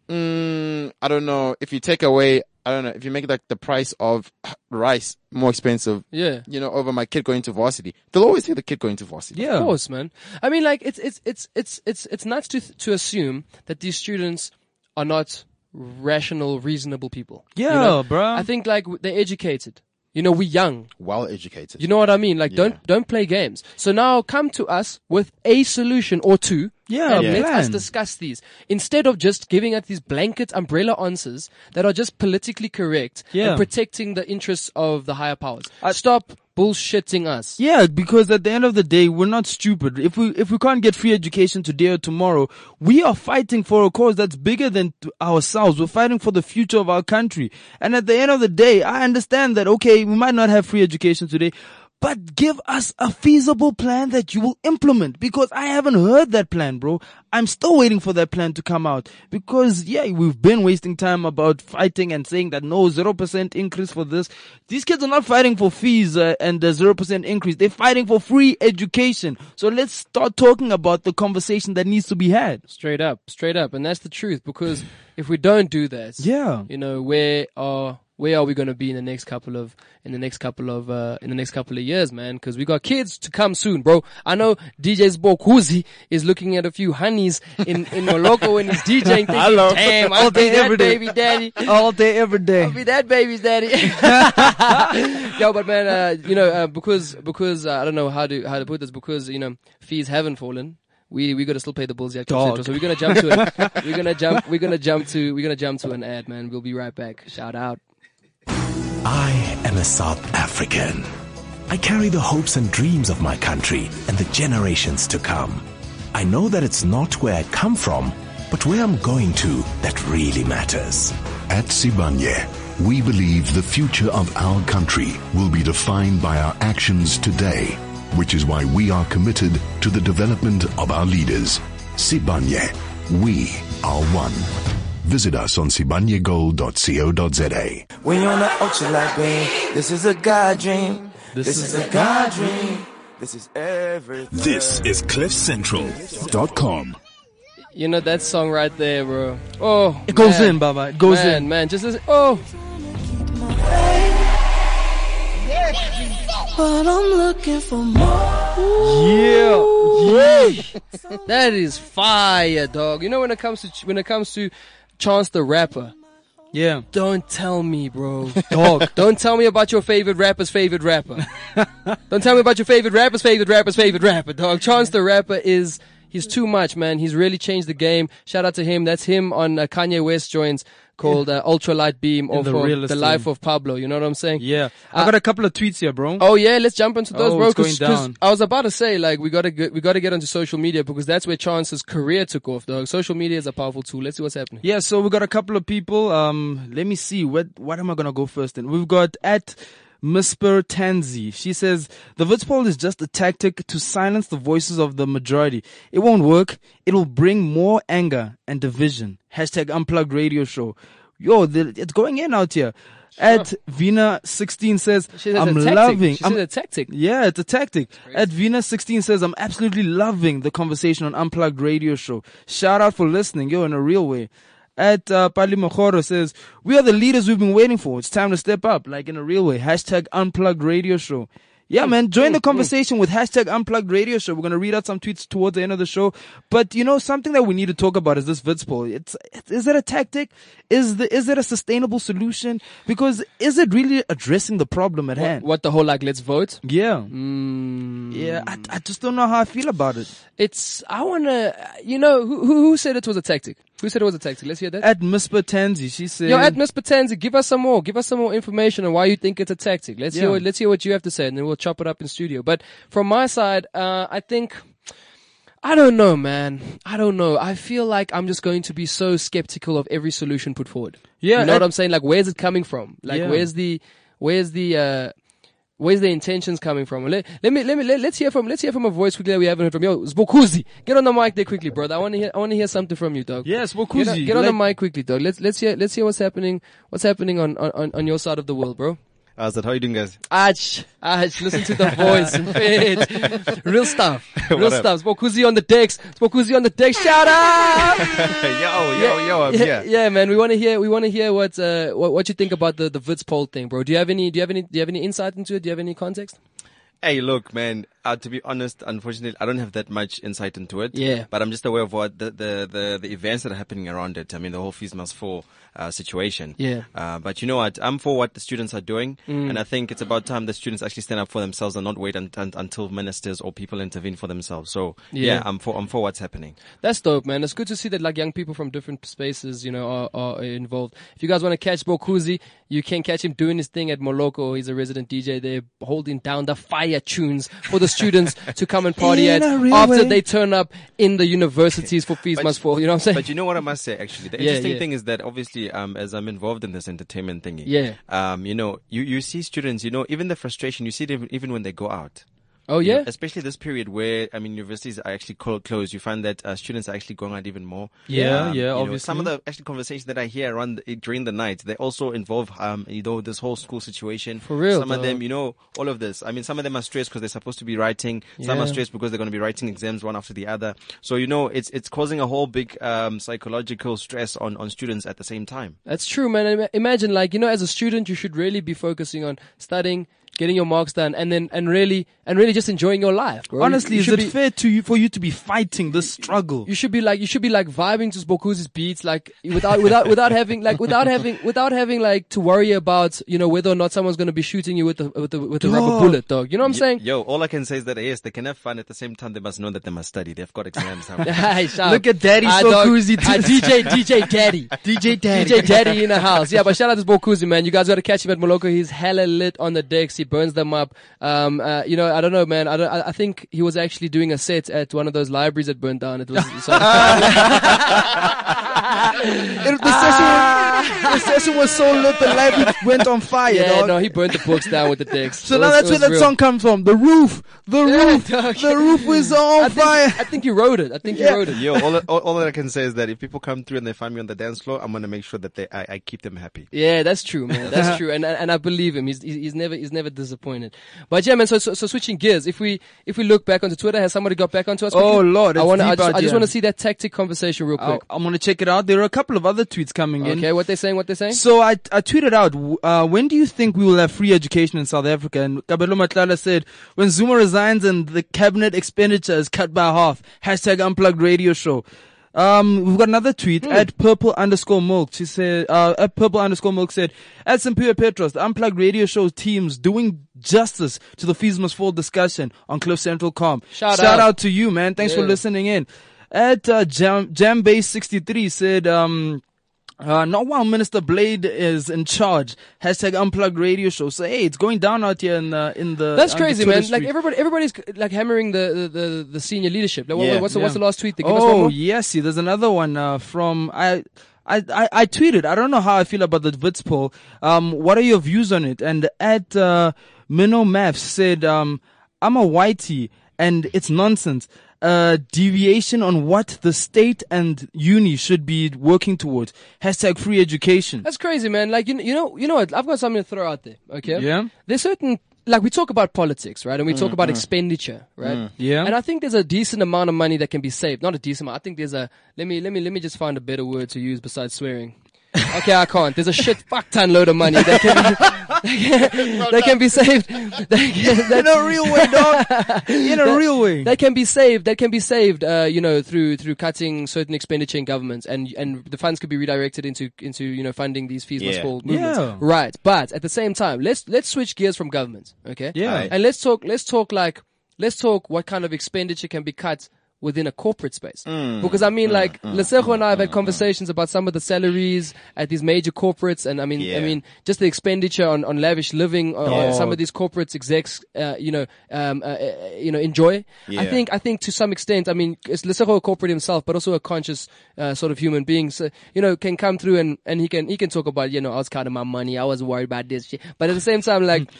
Speaker 4: mm, I don't know, if you take away I don't know, if you make like the price of rice more expensive,
Speaker 2: Yeah.
Speaker 4: you know, over my kid going to varsity, they'll always take the kid going to varsity.
Speaker 3: Yeah.
Speaker 2: Of course, man. I mean, like it's it's it's it's it's it's nuts to to assume that these students are not rational, reasonable people. you
Speaker 3: Yeah,
Speaker 2: know?
Speaker 3: bruh.
Speaker 2: I think like w- they're educated. You know, we're young.
Speaker 4: Well educated.
Speaker 2: You know what I mean? Like,
Speaker 4: Yeah.
Speaker 2: don't don't play games. So now come to us with a solution or two.
Speaker 3: Yeah,
Speaker 2: and
Speaker 3: Yeah.
Speaker 2: let us
Speaker 3: plan.
Speaker 2: discuss these instead of just giving us these blanket umbrella answers that are just politically correct
Speaker 3: Yeah.
Speaker 2: and protecting the interests of the higher powers. Stop bullshitting us.
Speaker 3: Yeah, because at the end of the day, we're not stupid. If we if we can't get free education today or tomorrow, we are fighting for a cause that's bigger than t- ourselves. We're fighting for the future of our country. And at the end of the day, I understand that okay, we might not have free education today, but give us a feasible plan that you will implement because I haven't heard that plan, bro. I'm still waiting for that plan to come out because yeah, we've been wasting time about fighting and saying that no 0% increase for this. These kids are not fighting for fees uh, and the 0% increase. They're fighting for free education. So let's start talking about the conversation that needs to be had.
Speaker 2: Straight up, straight up, and that's the truth.
Speaker 3: *sighs*
Speaker 2: Because if we don't do that,
Speaker 3: Yeah.
Speaker 2: you know, where are where are we going to be in the next couple of in the next couple of uh, in the next couple of years, man? Because we got kids to come soon, bro. I know DJ's Bokuzi is looking at a few honeys in in Moloko and he's
Speaker 3: *laughs*
Speaker 2: DJing. Thinking,
Speaker 3: Hello.
Speaker 2: damn,
Speaker 3: All
Speaker 2: I'll
Speaker 3: day,
Speaker 2: be
Speaker 3: every
Speaker 2: that
Speaker 3: day.
Speaker 2: baby daddy.
Speaker 3: *laughs* *laughs* All day, every day.
Speaker 2: I'll be that baby's
Speaker 3: *laughs*
Speaker 2: daddy. *laughs* Yo, but man, uh, you know, uh, because because uh, I don't know how to how to put this because you know fees haven't fallen. We we gotta still pay the bills yet,
Speaker 3: Dog.
Speaker 2: so we're gonna jump to it.
Speaker 3: *laughs*
Speaker 2: we're gonna jump. We're gonna jump to. We're gonna jump to an ad, man. We'll be right back. Shout out.
Speaker 1: I am a South African. I carry the hopes and dreams of my country and the generations to come. I know that it's not where I come from, but where I'm going to that really matters.
Speaker 5: At Sibanye, we believe the future of our country will be defined by our actions today, which is why we are committed to the development of our leaders. Sibanye, we are one. Visit us on sibanyegold.co.za.
Speaker 6: When you're on the ultra light beam, this is a God dream. This, is, a God dream. This is everything.
Speaker 1: This is CliffCentral.com.
Speaker 2: You know that song right there, bro. Oh,
Speaker 3: It goes
Speaker 2: man.
Speaker 3: in, Baba. It goes
Speaker 2: man,
Speaker 3: in.
Speaker 2: man. Just listen. Oh,
Speaker 7: But I'm looking for
Speaker 3: Yeah. Yeah.
Speaker 2: that is fire, dog. You know when it comes to when it comes to Chance the Rapper.
Speaker 3: Yeah.
Speaker 2: Don't tell me, bro.
Speaker 3: Dog.
Speaker 2: *laughs* Don't tell me about your favorite rapper's favorite rapper.
Speaker 3: *laughs*
Speaker 2: Don't tell me about your favorite rapper's favorite rapper's favorite rapper, dog. Chance the rapper is he's too much, man. He's really changed the game. Shout out to him. That's him on uh, Kanye West joints called uh, Ultra Light Beam or
Speaker 3: the
Speaker 2: for
Speaker 3: realest
Speaker 2: the life
Speaker 3: thing.
Speaker 2: of Pablo. You know what I'm saying?
Speaker 3: Yeah. I got a couple of tweets here, bro.
Speaker 2: Oh yeah, let's jump into those,
Speaker 3: Oh,
Speaker 2: bro.
Speaker 3: it's
Speaker 2: Cause,
Speaker 3: going
Speaker 2: 'cause
Speaker 3: down.
Speaker 2: I was about to say like we gotta get, we gotta get onto social media because that's where Chance's career took off, dog. Social media is a powerful tool. Let's see what's happening.
Speaker 3: Yeah, so we got a couple of people. Um, let me see. What what am I gonna go first? And we've got at Misper Tanzi. She says the Vitz poll is just a tactic to silence the voices of the majority. It won't work. It'll bring more anger and division. Hashtag unplugged radio show. Yo, the, it's going in out here. At Vina sixteen says,
Speaker 2: She says
Speaker 3: "I'm
Speaker 2: a tactic.
Speaker 3: loving.
Speaker 2: She
Speaker 3: I'm-
Speaker 2: said a tactic.
Speaker 3: yeah, it's a tactic. At Vina16 says, I'm absolutely loving the conversation on Unplugged Radio Show. Shout out for listening, yo, in a real way. At uh, Pali Mokoro says, We are the leaders we've been waiting for. It's time to step up, like in a real way. Hashtag Unplugged Radio Show. Yeah, man, join the conversation with hashtag Unplugged Radio Show. We're going to read out some tweets towards the end of the show. But, you know, something that we need to talk about is this Vitz poll. It's, it's, is it a tactic? Is, the, is it a sustainable solution? Because is it really addressing the problem at hand?
Speaker 2: What the whole like? Let's vote.
Speaker 3: Yeah.
Speaker 2: Mm.
Speaker 3: Yeah, I, I just don't know how I feel about it.
Speaker 2: It's I wanna you know who who who said it was a tactic? Who said it was a tactic? Let's hear that.
Speaker 3: At Miss Patanzi, she said,
Speaker 2: Yo, at Miss Patenzi, give us some more. Give us some more information on why you think it's a tactic. Let's
Speaker 3: Yeah.
Speaker 2: hear what, let's hear what you have to say, and then we'll chop it up in studio. But from my side, uh, I think I don't know, man. I don't know. I feel like I'm just going to be so skeptical of every solution put forward.
Speaker 3: Yeah,
Speaker 2: you know
Speaker 3: and-
Speaker 2: what I'm saying? Like, where's it coming from? Like,
Speaker 3: Yeah.
Speaker 2: where's the where's the uh, Where's the intentions coming from? Let, let me let me let, us hear from let's hear from a voice quickly that we haven't heard from. Yo, Zbokuzi, get on the mic there quickly, brother. I want to hear I want to hear something from you, dog.
Speaker 3: Yes, Zbokuzi,
Speaker 2: Get on, get on
Speaker 3: like-
Speaker 2: the mic quickly, dog. Let's let's hear let's hear what's happening what's happening on, on, on your side of the world, bro.
Speaker 4: I was like, how you doing, guys?
Speaker 2: Ach, ach, listen to the *laughs* voice. Fit. Real
Speaker 4: *laughs*
Speaker 2: stuff. Real
Speaker 4: What up?
Speaker 2: stuff. Spokuzi on the decks. Spokuzi on the decks. Shout out!
Speaker 4: yo, *laughs* yo, yo, I'm
Speaker 2: yeah,
Speaker 4: here.
Speaker 2: yeah, man. We want to hear. We want to hear what, uh, what what you think about the the Vitz poll thing, bro. Do you have any? Do you have any? Do you have any insight into it? Do you have any context?
Speaker 7: Hey, look, man. Uh, to be honest, unfortunately, I don't have that much insight into it.
Speaker 2: Yeah.
Speaker 7: But I'm just aware of what the the the, the events that are happening around it. I mean, the whole fees must fall uh, situation.
Speaker 2: Yeah. Mm.
Speaker 7: Uh, but you know what? I'm for what the students are doing, and I think it's about time the students actually stand up for themselves and not wait un- un- until ministers or people intervene for themselves. So
Speaker 2: Yeah.
Speaker 7: yeah, I'm for I'm for what's
Speaker 2: *laughs*
Speaker 7: happening.
Speaker 2: That's dope, man. It's good to see that like young people from different spaces, you know, are, are involved. If you guys want to catch Bokuzi, you can catch him doing his thing at Moloko. He's a resident DJ there, holding down the fire tunes for the
Speaker 3: *laughs*
Speaker 2: students to come and party
Speaker 3: In
Speaker 2: at
Speaker 3: a real
Speaker 2: after
Speaker 3: way.
Speaker 2: they turn up in the universities
Speaker 7: *laughs*
Speaker 2: for fees must fall. You know what I'm saying?
Speaker 7: But you know what I must say, actually, the
Speaker 2: Yeah,
Speaker 7: interesting
Speaker 2: yeah.
Speaker 7: thing is that obviously, um, as I'm involved in this entertainment thingy,
Speaker 2: Yeah.
Speaker 7: um, you know, you, you see students, you know, even the frustration, you see it even, even when they go out.
Speaker 2: oh
Speaker 7: You know,
Speaker 2: yeah.
Speaker 7: especially this period where I mean universities are actually clo- closed. You find that uh, students are actually going out even more. Um,
Speaker 3: Yeah, yeah,
Speaker 7: you know,
Speaker 3: obviously.
Speaker 7: some of the actually conversations that I hear around the, eh, during the night they also involve um you know this whole school situation. For
Speaker 2: real,
Speaker 7: some of
Speaker 2: though.
Speaker 7: them you know all of this. I mean, some of them are stressed because they're supposed to be writing. Some
Speaker 2: Yeah.
Speaker 7: are stressed because they're going to be writing exams one after the other. So you know it's it's causing a whole big um psychological stress on on students at the same time.
Speaker 2: That's true, man. Ima- Imagine, like, you know, as a student, you should really be focusing on studying, getting your marks done, and then, and really, and really just enjoying your life, bro. You-
Speaker 3: Honestly,
Speaker 2: you
Speaker 3: is
Speaker 2: should
Speaker 3: it
Speaker 2: be-
Speaker 3: fair to you for you to be fighting this struggle?
Speaker 2: You should be like, you should be like vibing to Bokuzi's beats, like, without, without, without having, like, without having, without having, like, to worry about, you know, whether or not someone's gonna be shooting you with the, with the, with the rubber
Speaker 3: Dog.
Speaker 2: bullet, dog. You know what I'm saying?
Speaker 7: Yo, all I can say is that yes, they can have fun at the same time. They must know that they must study. They've
Speaker 2: *laughs*
Speaker 7: got exams.
Speaker 2: Hey, shout
Speaker 3: Look at Daddy
Speaker 2: Ah, dog.
Speaker 3: Bokuzi.
Speaker 2: Ah, DJ, DJ
Speaker 3: *laughs*
Speaker 2: Daddy.
Speaker 3: DJ Daddy.
Speaker 2: DJ Daddy in the house. Yeah, but shout out to Bokuzi, man. You guys gotta catch him at Moloko. He's hella lit on the decks. He burns them up. Um, uh, you know, I don't know, man. I don't, I, I think he was actually doing a set at one of those libraries that burned down. It was, so, *laughs*
Speaker 3: *laughs* It- the, session, was- Ah. the session was so lit, the library went on fire.
Speaker 2: yeah,
Speaker 3: dog.
Speaker 2: no, he burned the books down with the decks.
Speaker 3: *laughs* so
Speaker 2: It
Speaker 3: now
Speaker 2: was-
Speaker 3: that's
Speaker 2: it
Speaker 3: where
Speaker 2: was
Speaker 3: that
Speaker 2: real.
Speaker 3: song comes from. The roof, the roof,
Speaker 2: dog.
Speaker 3: the roof was
Speaker 2: *laughs*
Speaker 3: on
Speaker 2: I think,
Speaker 3: fire.
Speaker 2: I think he wrote it. I think he
Speaker 3: Yeah.
Speaker 2: wrote it.
Speaker 7: Yo, all, all, all that I can say is that if people come through and they find me on the dance floor, I'm gonna make sure that they I, I keep them happy.
Speaker 2: Yeah, that's true, man.
Speaker 3: Uh-huh.
Speaker 2: That's true, and and and I believe him. He's he's he's never he's never disappointed. But yeah, man. So so, so switching gears, if we if we look back onto Twitter, has somebody got back onto us?
Speaker 3: Oh,
Speaker 2: quickly?
Speaker 3: Lord,
Speaker 2: I
Speaker 3: it's
Speaker 2: want
Speaker 3: deep
Speaker 2: I just,
Speaker 3: out
Speaker 2: I just
Speaker 3: here.
Speaker 2: want to see that tactic conversation real
Speaker 3: I'll-
Speaker 2: quick.
Speaker 3: I'm gonna check it out. There are a couple of other tweets coming in.
Speaker 2: okay, what they saying? What they saying?
Speaker 3: So I, I tweeted out, w- uh, when do you think we will have free education in South Africa? And Kabelo Matlala said, when Zuma resigns and the cabinet expenditure is cut by half. Hashtag unplugged radio show. Um, we've got another tweet
Speaker 2: Hmm.
Speaker 3: at purple underscore milk. She said, uh, at purple underscore milk said, at Sampuya Petros, the unplugged radio show teams doing justice to the fees must fall discussion on Cliff Central Com.
Speaker 2: Shout
Speaker 3: Shout
Speaker 2: out.
Speaker 3: out to you, man. Thanks for
Speaker 2: Yeah.
Speaker 3: listening in. At, uh, Jam, Jambase63 said, um, uh, not while Minister Blade is in charge. Hashtag unplugged radio show. So hey, it's going down out here in the in the.
Speaker 2: That's
Speaker 3: on the
Speaker 2: crazy,
Speaker 3: Twitter
Speaker 2: man. Like
Speaker 3: street.
Speaker 2: everybody, everybody's like hammering the the, the, the senior leadership. Like, what-
Speaker 4: Yeah.
Speaker 2: what's the, what's the last tweet? They give us one
Speaker 3: oh
Speaker 2: more?
Speaker 3: yes, see, there's another one uh, from I. I, I, I tweeted. I don't know how I feel about the Vitz poll. Um, what are your views on it? And at uh, Minnow Maths said, um, "I'm a whitey, and it's nonsense. Uh, deviation on what the state and uni should be working towards. Hashtag free education.
Speaker 2: That's crazy, man. Like you, kn- you know, you know what? I've got something to throw out there. Okay.
Speaker 3: Yeah. Mm,
Speaker 2: There's certain like we talk about politics, right? And we talk about expenditure, right?
Speaker 3: Yeah.
Speaker 2: And I think there's a decent amount of money that can be saved. Not a decent amount. I think there's a let me let me let me just find a better word to use besides
Speaker 3: *laughs*
Speaker 2: swearing. okay, I can't. There's a shit fuck ton load of money that can
Speaker 3: *laughs*
Speaker 2: be, *laughs* that can be saved. That can, that,
Speaker 3: in a real way, dog. In a real way.
Speaker 2: that can be saved. That can be saved. Uh, you know, through through cutting certain expenditure in governments, and and the funds could be redirected into into you know funding these fees must
Speaker 4: Yeah.
Speaker 2: fall movements.
Speaker 3: Yeah.
Speaker 2: Right, but at the same time, let's let's switch gears from government. Okay.
Speaker 3: Yeah. Aye.
Speaker 2: And let's talk. Let's talk like let's talk what kind of expenditure can be cut. Within a corporate space,
Speaker 4: Mm.
Speaker 2: because I mean, like Lesego and I have had conversations about some of the salaries at these major corporates, and I mean, I
Speaker 4: Yeah.
Speaker 2: mean, just the expenditure on, on lavish living, uh, uh, some of these corporates execs, uh, you know, um, uh, uh, you know, enjoy. I
Speaker 4: Yeah.
Speaker 2: think think- I think to some extent, I mean, it's Lesego a corporate himself, but also a conscious uh, sort of human being. So you know, can come through and, and he can he can talk about you know I was counting my money, I was worried about this shit, but at the same time,
Speaker 4: *laughs*
Speaker 2: like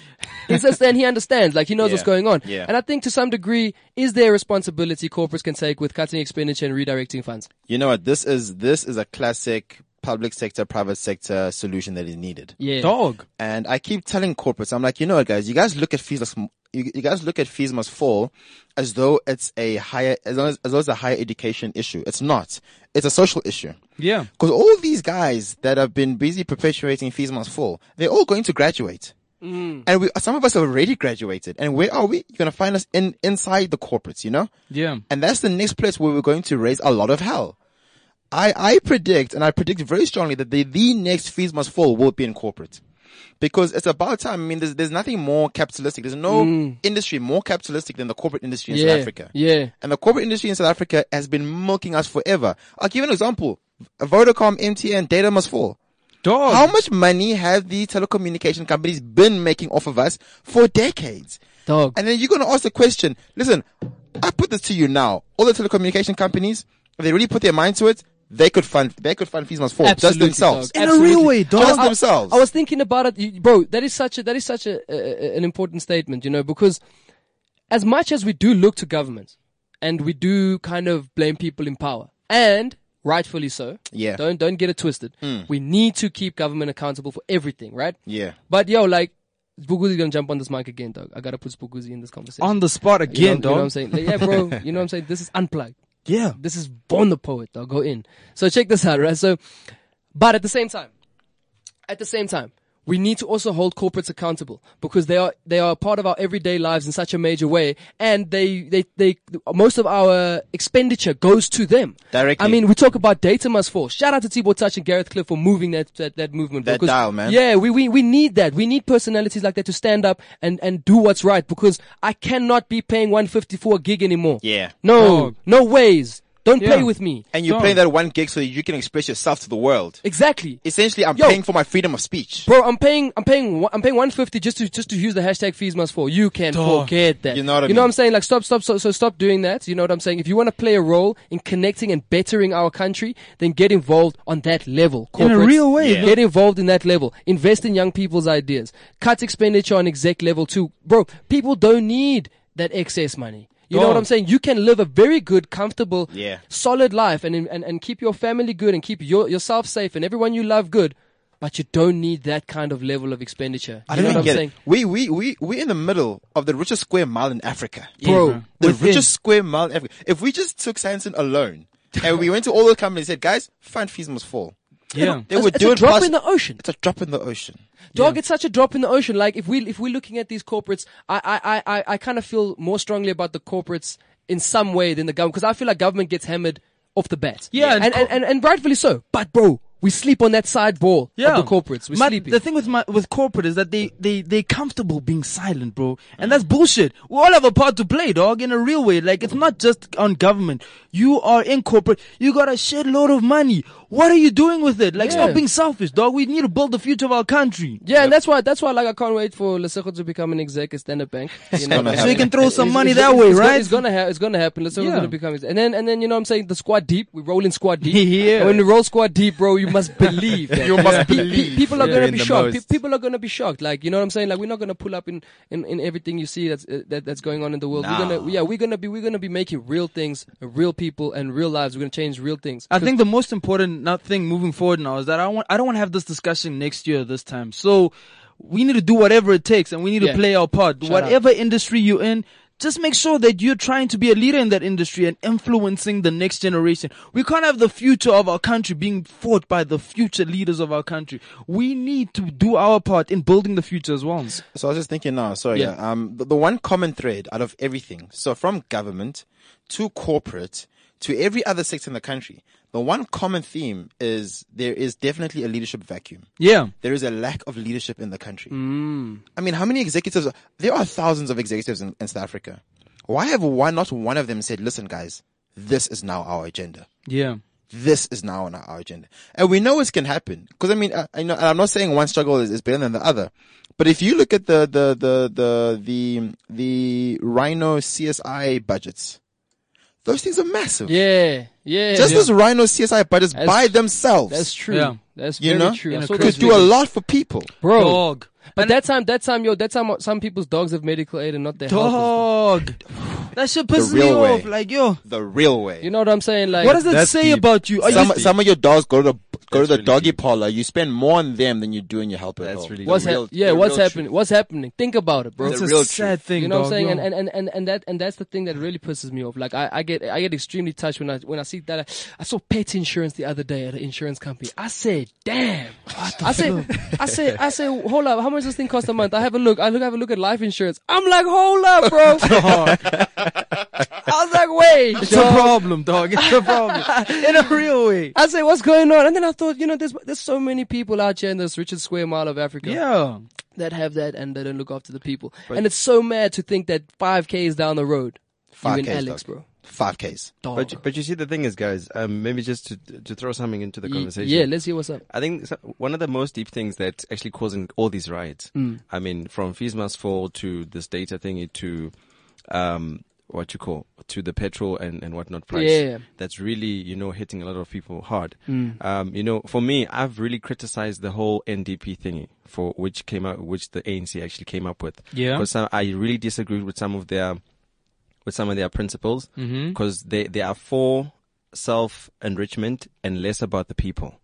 Speaker 2: he's just and he understands, like he knows what's going on.
Speaker 4: Yeah.
Speaker 2: And I think to some degree, is there a responsibility corporates can take with cutting expenditure and redirecting funds?
Speaker 4: You know what? This is this is a classic public sector, private sector solution that is needed.
Speaker 2: Yeah.
Speaker 3: Dog.
Speaker 4: And I keep telling corporates, I'm like, you know what, guys, you guys look at fees, you, you guys look at fees must fall as though it's a higher, as though, as though it's a higher education issue. It's not. It's a social issue.
Speaker 3: Yeah.
Speaker 4: Because all these guys that have been busy perpetuating fees must fall, they're all going to graduate. And we, some of us have already graduated. And where are we? You're going to find us in, inside the corporates, you know?
Speaker 3: Yeah.
Speaker 4: And that's the next place where we're going to raise a lot of hell. I, I predict, and I predict very strongly that the, the next fees must fall will be in corporate. Because it's about time. I mean, there's, there's nothing more capitalistic. There's no industry more capitalistic than the corporate industry in
Speaker 2: Mm. yeah.
Speaker 4: South Africa.
Speaker 2: Yeah.
Speaker 4: And the corporate industry in South Africa has been milking us forever. I'll give you an example. Vodacom, MTN, data must fall.
Speaker 3: Dog.
Speaker 4: How much money have the telecommunication companies been making off of us for decades?
Speaker 2: Dog.
Speaker 4: And then you're going to ask the question, listen, I put this to you now. All the telecommunication companies, if they really put their mind to it, they could fund, they could fund fees must fall just
Speaker 2: Absolutely,
Speaker 4: themselves.
Speaker 2: dog.
Speaker 3: In a real way,
Speaker 2: Absolutely.
Speaker 4: Just
Speaker 2: I- I-
Speaker 4: themselves.
Speaker 2: I was thinking about it, you- bro. That is such a that is such a, a a- an important statement, you know, because as much as we do look to governments and we do kind of blame people in power, and rightfully so.
Speaker 4: Yeah.
Speaker 2: Don't don't get it twisted. We need to keep government accountable for everything, right?
Speaker 4: Yeah.
Speaker 2: But yo, like. Spuguzi's gonna jump on this mic again, dog. I gotta put Spuguzi in this conversation.
Speaker 3: On the spot
Speaker 2: you know,
Speaker 3: again,
Speaker 2: you know what I'm
Speaker 3: dog.
Speaker 2: saying? Like, yeah, bro. You know what I'm saying? This is unplugged.
Speaker 3: Yeah.
Speaker 2: This is Born the Poet. I'll go in. So check this out, right? So, but at the same time, at the same time, we need to also hold corporates accountable because they are they are a part of our everyday lives in such a major way, and they they they most of our expenditure goes to them
Speaker 4: Directly.
Speaker 2: I mean, we talk about data must fall. Shout out to Thibaut Touch and Gareth Cliff for moving that that, that movement.
Speaker 4: That
Speaker 2: because-
Speaker 4: dial, man.
Speaker 2: Yeah, yeah, we, we, we need that. We need personalities like that to stand up and, and do what's right because I cannot be paying 150 for a gig anymore.
Speaker 4: Yeah.
Speaker 2: No, no ways. Don't
Speaker 3: Yeah.
Speaker 2: play with me.
Speaker 4: And you
Speaker 3: Dog.
Speaker 4: play that one gig so that you can express yourself to the world.
Speaker 2: Exactly.
Speaker 4: Essentially, I'm
Speaker 2: Yo.
Speaker 4: paying for my freedom of speech.
Speaker 2: Bro, I'm paying, I'm paying, one- I'm paying 150 just to, just to use the hashtag fees must fall. You can forget that.
Speaker 4: You know what I
Speaker 2: You know
Speaker 4: mean?
Speaker 2: what I'm saying? Like stop, stop, so, so stop doing that. You know what I'm saying? If you want to play a role in connecting and bettering our country, then get involved on that level.
Speaker 3: In a
Speaker 2: corporates.
Speaker 3: real way, Yeah.
Speaker 2: Get involved in that level. Invest in young people's ideas. Cut expenditure on exec level too. Bro, people don't need that excess money. You know
Speaker 3: Dog.
Speaker 2: what I'm saying? You can live a very good, comfortable,
Speaker 4: Yeah.
Speaker 2: solid life and, and, and keep your family good and keep your, yourself safe and everyone you love good. But you don't need that kind of level of expenditure.
Speaker 4: I
Speaker 2: you know
Speaker 4: don't
Speaker 2: what I'm
Speaker 4: get
Speaker 2: saying?
Speaker 4: it. We, we, we, we're in the middle of the richest square mile in Africa.
Speaker 2: Bro,
Speaker 4: the
Speaker 2: within-
Speaker 4: richest square mile in Africa. If we just took Sanson alone and we went to all the companies and said, guys, fund fees must fall.
Speaker 3: Yeah.
Speaker 4: They
Speaker 2: It's-
Speaker 4: were
Speaker 2: it's a
Speaker 4: doing
Speaker 2: drop
Speaker 4: plus-
Speaker 2: in the ocean.
Speaker 4: It's a drop in the ocean.
Speaker 2: Dog, it's such a drop in the ocean. Like if we if we're looking at these corporates, I I I, I- I kind of feel more strongly about the corporates in some way than the government because I feel like government gets hammered off the bat.
Speaker 3: Yeah,
Speaker 2: and
Speaker 3: and
Speaker 2: and,
Speaker 3: co-
Speaker 2: and, and, rightfully so. But bro, we sleep on that side ball
Speaker 3: Yeah.
Speaker 2: of the corporates. We
Speaker 3: My-
Speaker 2: sleep.
Speaker 3: The thing with my, with corporate is that they, they, they're comfortable being silent, bro. And that's bullshit. We all have a part to play, dog, in a real way. Like, it's not just on government. You are in corporate. You got a shitload of money. What are you doing with it? Like,
Speaker 2: Yeah.
Speaker 3: stop being selfish, dog. We need to build the future of our country.
Speaker 2: yeah, and that's why that's why like I can't wait for Lesotho to become an exec at Standard Bank. You know, *laughs*
Speaker 4: gonna
Speaker 2: like,
Speaker 4: happen. So you
Speaker 3: can throw some
Speaker 2: it's-
Speaker 3: money
Speaker 2: it's-
Speaker 3: that
Speaker 2: it's
Speaker 3: way,
Speaker 2: gonna-
Speaker 3: right?
Speaker 2: It's gonna happen. It's gonna happen. Lesotho's
Speaker 3: Yeah.
Speaker 2: gonna become exec. and then and then you know what I'm saying the squad deep. We roll in squad deep.
Speaker 3: *laughs* Yeah.
Speaker 2: And when we roll squad deep, bro, you must
Speaker 4: *laughs*
Speaker 2: believe. that.
Speaker 4: You must
Speaker 2: Pe- pe-
Speaker 4: believe.
Speaker 2: people are
Speaker 7: You're
Speaker 2: gonna
Speaker 7: in
Speaker 2: be
Speaker 7: the
Speaker 2: shocked. Pe-
Speaker 7: most.
Speaker 2: people are gonna be shocked. Like you know what I'm saying. Like we're not gonna pull up in in, in everything you see that's uh, that, that's going on in the world. We're
Speaker 7: Nah.
Speaker 2: gonna yeah, we're gonna be we're gonna be making real things, real people, and real lives. We're gonna change real things.
Speaker 3: I think the most important not thing moving forward now is that I want I don't want to have this discussion next year this time. So we need to do whatever it takes and we need
Speaker 2: Yeah.
Speaker 3: to play our part.
Speaker 2: Shout
Speaker 3: whatever industry you're in, just make sure that you're trying to be a leader in that industry and influencing the next generation. We can't have the future of our country being fought by the future leaders of our country. We need to do our part in building the future as well.
Speaker 4: So I was just thinking now, sorry,
Speaker 2: Yeah.
Speaker 4: yeah. um, the, the one common thread out of everything, so from government to corporate to every other sector in the country, the one common theme is there is definitely a leadership vacuum.
Speaker 3: Yeah.
Speaker 4: There is a lack of leadership in the country.
Speaker 2: Mm.
Speaker 4: I mean, how many executives? There are thousands of executives in, in South Africa. Why have one, not one of them said, listen, guys, this is now our agenda?
Speaker 3: Yeah.
Speaker 4: this is now on our agenda. And we know it's can happen. Cause I mean, I, I know, and I'm not saying one struggle is, is better than the other, but if you look at the, the, the, the, the, the Rhino CSI budgets, those things are massive.
Speaker 2: yeah, yeah.
Speaker 4: Just
Speaker 2: yeah.
Speaker 4: those Rhino CSI budgets
Speaker 2: That's
Speaker 4: by
Speaker 2: tr-
Speaker 4: themselves
Speaker 2: that's true.
Speaker 3: Yeah.
Speaker 2: That's
Speaker 4: You
Speaker 2: very
Speaker 4: know?
Speaker 2: true.
Speaker 3: In
Speaker 2: I
Speaker 3: a
Speaker 2: saw
Speaker 4: could
Speaker 2: those
Speaker 4: do a
Speaker 2: videos.
Speaker 4: lot for people.
Speaker 2: bro.
Speaker 3: Dog.
Speaker 2: But that time, that time, yo, that time, uh, some people's dogs have medical aid and not their health.
Speaker 3: Dog. That shit pisses me
Speaker 4: real way.
Speaker 3: off. Like yo.
Speaker 4: The real way.
Speaker 2: You know what I'm saying? Like,
Speaker 3: What does it
Speaker 7: That's
Speaker 3: say
Speaker 7: deep.
Speaker 3: about you? Are you
Speaker 4: some, some of your dogs go to go to
Speaker 7: That's
Speaker 4: the
Speaker 7: really
Speaker 4: doggy
Speaker 7: deep.
Speaker 4: parlor. You spend more on them than you do in your helper. at
Speaker 7: That's
Speaker 4: home.
Speaker 7: really
Speaker 2: What's
Speaker 7: deep.
Speaker 2: hap-
Speaker 7: real-
Speaker 2: yeah,
Speaker 7: the
Speaker 2: what's
Speaker 7: real
Speaker 2: happening? What's happening? Think about it, bro.
Speaker 3: It's
Speaker 7: The
Speaker 3: a
Speaker 7: real
Speaker 3: sad thing,
Speaker 2: you know what
Speaker 3: dog,
Speaker 2: I'm saying?
Speaker 3: yo.
Speaker 2: And, and, and, and, and that and that's the thing that really pisses me off. Like I, I get I get extremely touched when I when I see that I, I saw pet insurance the other day at an insurance company. I said, damn. I said I said I said, hold up, how much does this thing cost a month? I have a look, I look have a look at life insurance. I'm like, hold up,
Speaker 3: *laughs*
Speaker 2: bro. I was like, wait,
Speaker 3: It's a
Speaker 2: dog.
Speaker 3: problem, dog. It's a
Speaker 2: *laughs*
Speaker 3: problem. In a real way.
Speaker 2: I said, what's going on? And then I thought, you know, there's there's so many people out here in this Richard Square mile of Africa
Speaker 3: Yeah.
Speaker 2: that have that and they don't look after the people. and it's so mad to think that 5K is down the road.
Speaker 4: Five
Speaker 2: you and
Speaker 4: Ks,
Speaker 2: Alex,
Speaker 4: dog.
Speaker 2: bro.
Speaker 4: Five Ks.
Speaker 2: Dog.
Speaker 7: But, but you see, the thing is, guys, um, maybe just to to throw something into the
Speaker 2: Ye-
Speaker 7: conversation.
Speaker 2: Yeah, let's hear what's up.
Speaker 7: I think so- one of the most deep things that's actually causing all these riots.
Speaker 2: Mm.
Speaker 7: I mean, from fees must fall to this data thingy to, um, what you call to the petrol and and whatnot price.
Speaker 2: Yeah. Mm.
Speaker 7: that's really you know hitting a lot of people hard. Um, you know, for me, I've really criticized the whole NDP thingy for which came out, which the ANC actually came up with.
Speaker 3: Yeah.
Speaker 7: because I really disagreed with some of their with some of their principles because they, they are for self enrichment and less about the people.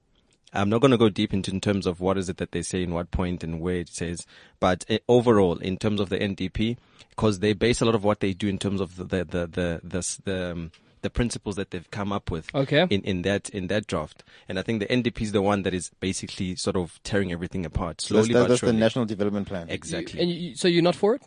Speaker 7: I'm not going to go deep into in terms of what is it that they say in what point and where it says, but eh, overall, in terms of the NDP, because they base a lot of what they do in terms of the the the the the, s- the, um, the principles that they've come up with
Speaker 2: Okay.
Speaker 7: in, in that in that draft, and I think the NDP is the one that is basically sort of tearing everything apart
Speaker 4: That's,
Speaker 7: slowly
Speaker 4: that,
Speaker 7: but
Speaker 4: that's the
Speaker 7: surely.
Speaker 4: National Development Plan.
Speaker 7: exactly.
Speaker 2: And you, so you're not for it?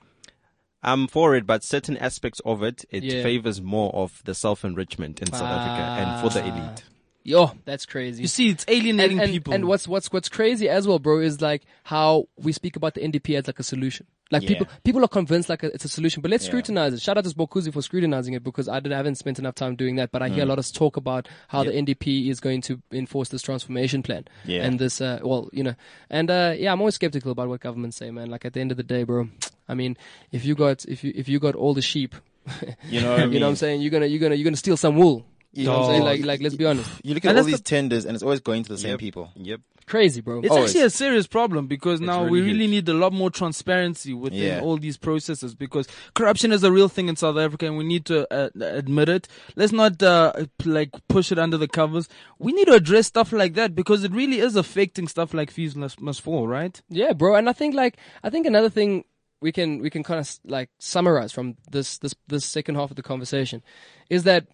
Speaker 7: I'm for it, but certain aspects of it, it
Speaker 2: Yeah.
Speaker 7: favors more of the self enrichment in South Africa and for
Speaker 2: Ah.
Speaker 7: the elite.
Speaker 2: Yo, that's crazy.
Speaker 3: You see, it's
Speaker 2: and,
Speaker 3: alienating
Speaker 2: and-
Speaker 3: people.
Speaker 2: and what's what's what's crazy as well, bro, is like how we speak about the NDP as like a solution. Like people people are convinced like it's a solution, but let's scrutinize it. Shout out to Bokuzi for scrutinizing it because I, didn't, I haven't spent enough time doing that. But I
Speaker 3: Mm.
Speaker 2: hear a lot of talk about how the NDP is going to enforce this transformation plan
Speaker 4: Yeah.
Speaker 2: and this. Uh, well, you know, and uh, yeah, I'm always skeptical about what governments say, man. Like at the end of the day, bro, I mean, if you got if you if you got all the sheep,
Speaker 4: You know what I
Speaker 2: you
Speaker 7: *laughs*
Speaker 4: mean?
Speaker 2: know what I'm saying, you're gonna you're gonna you're gonna steal some wool. You know what I'm saying? Like like let's be honest,
Speaker 4: You look
Speaker 3: And
Speaker 4: at all
Speaker 3: that's
Speaker 4: these tenders, and it's always going to the same people.
Speaker 7: Yep.
Speaker 2: crazy, bro.
Speaker 3: It's
Speaker 4: Always.
Speaker 3: actually a serious problem because now we
Speaker 7: really
Speaker 3: really
Speaker 7: huge.
Speaker 3: need a lot more transparency within
Speaker 4: Yeah.
Speaker 3: all these processes because corruption is a real thing in South Africa and we need to uh, admit it. Let's not uh, p- like push it under the covers. We need to address stuff like that because it really is affecting stuff like fees must, must fall, right?
Speaker 2: Yeah, bro. And I think like I think another thing we can we can kind of like summarize from this this this second half of the conversation is that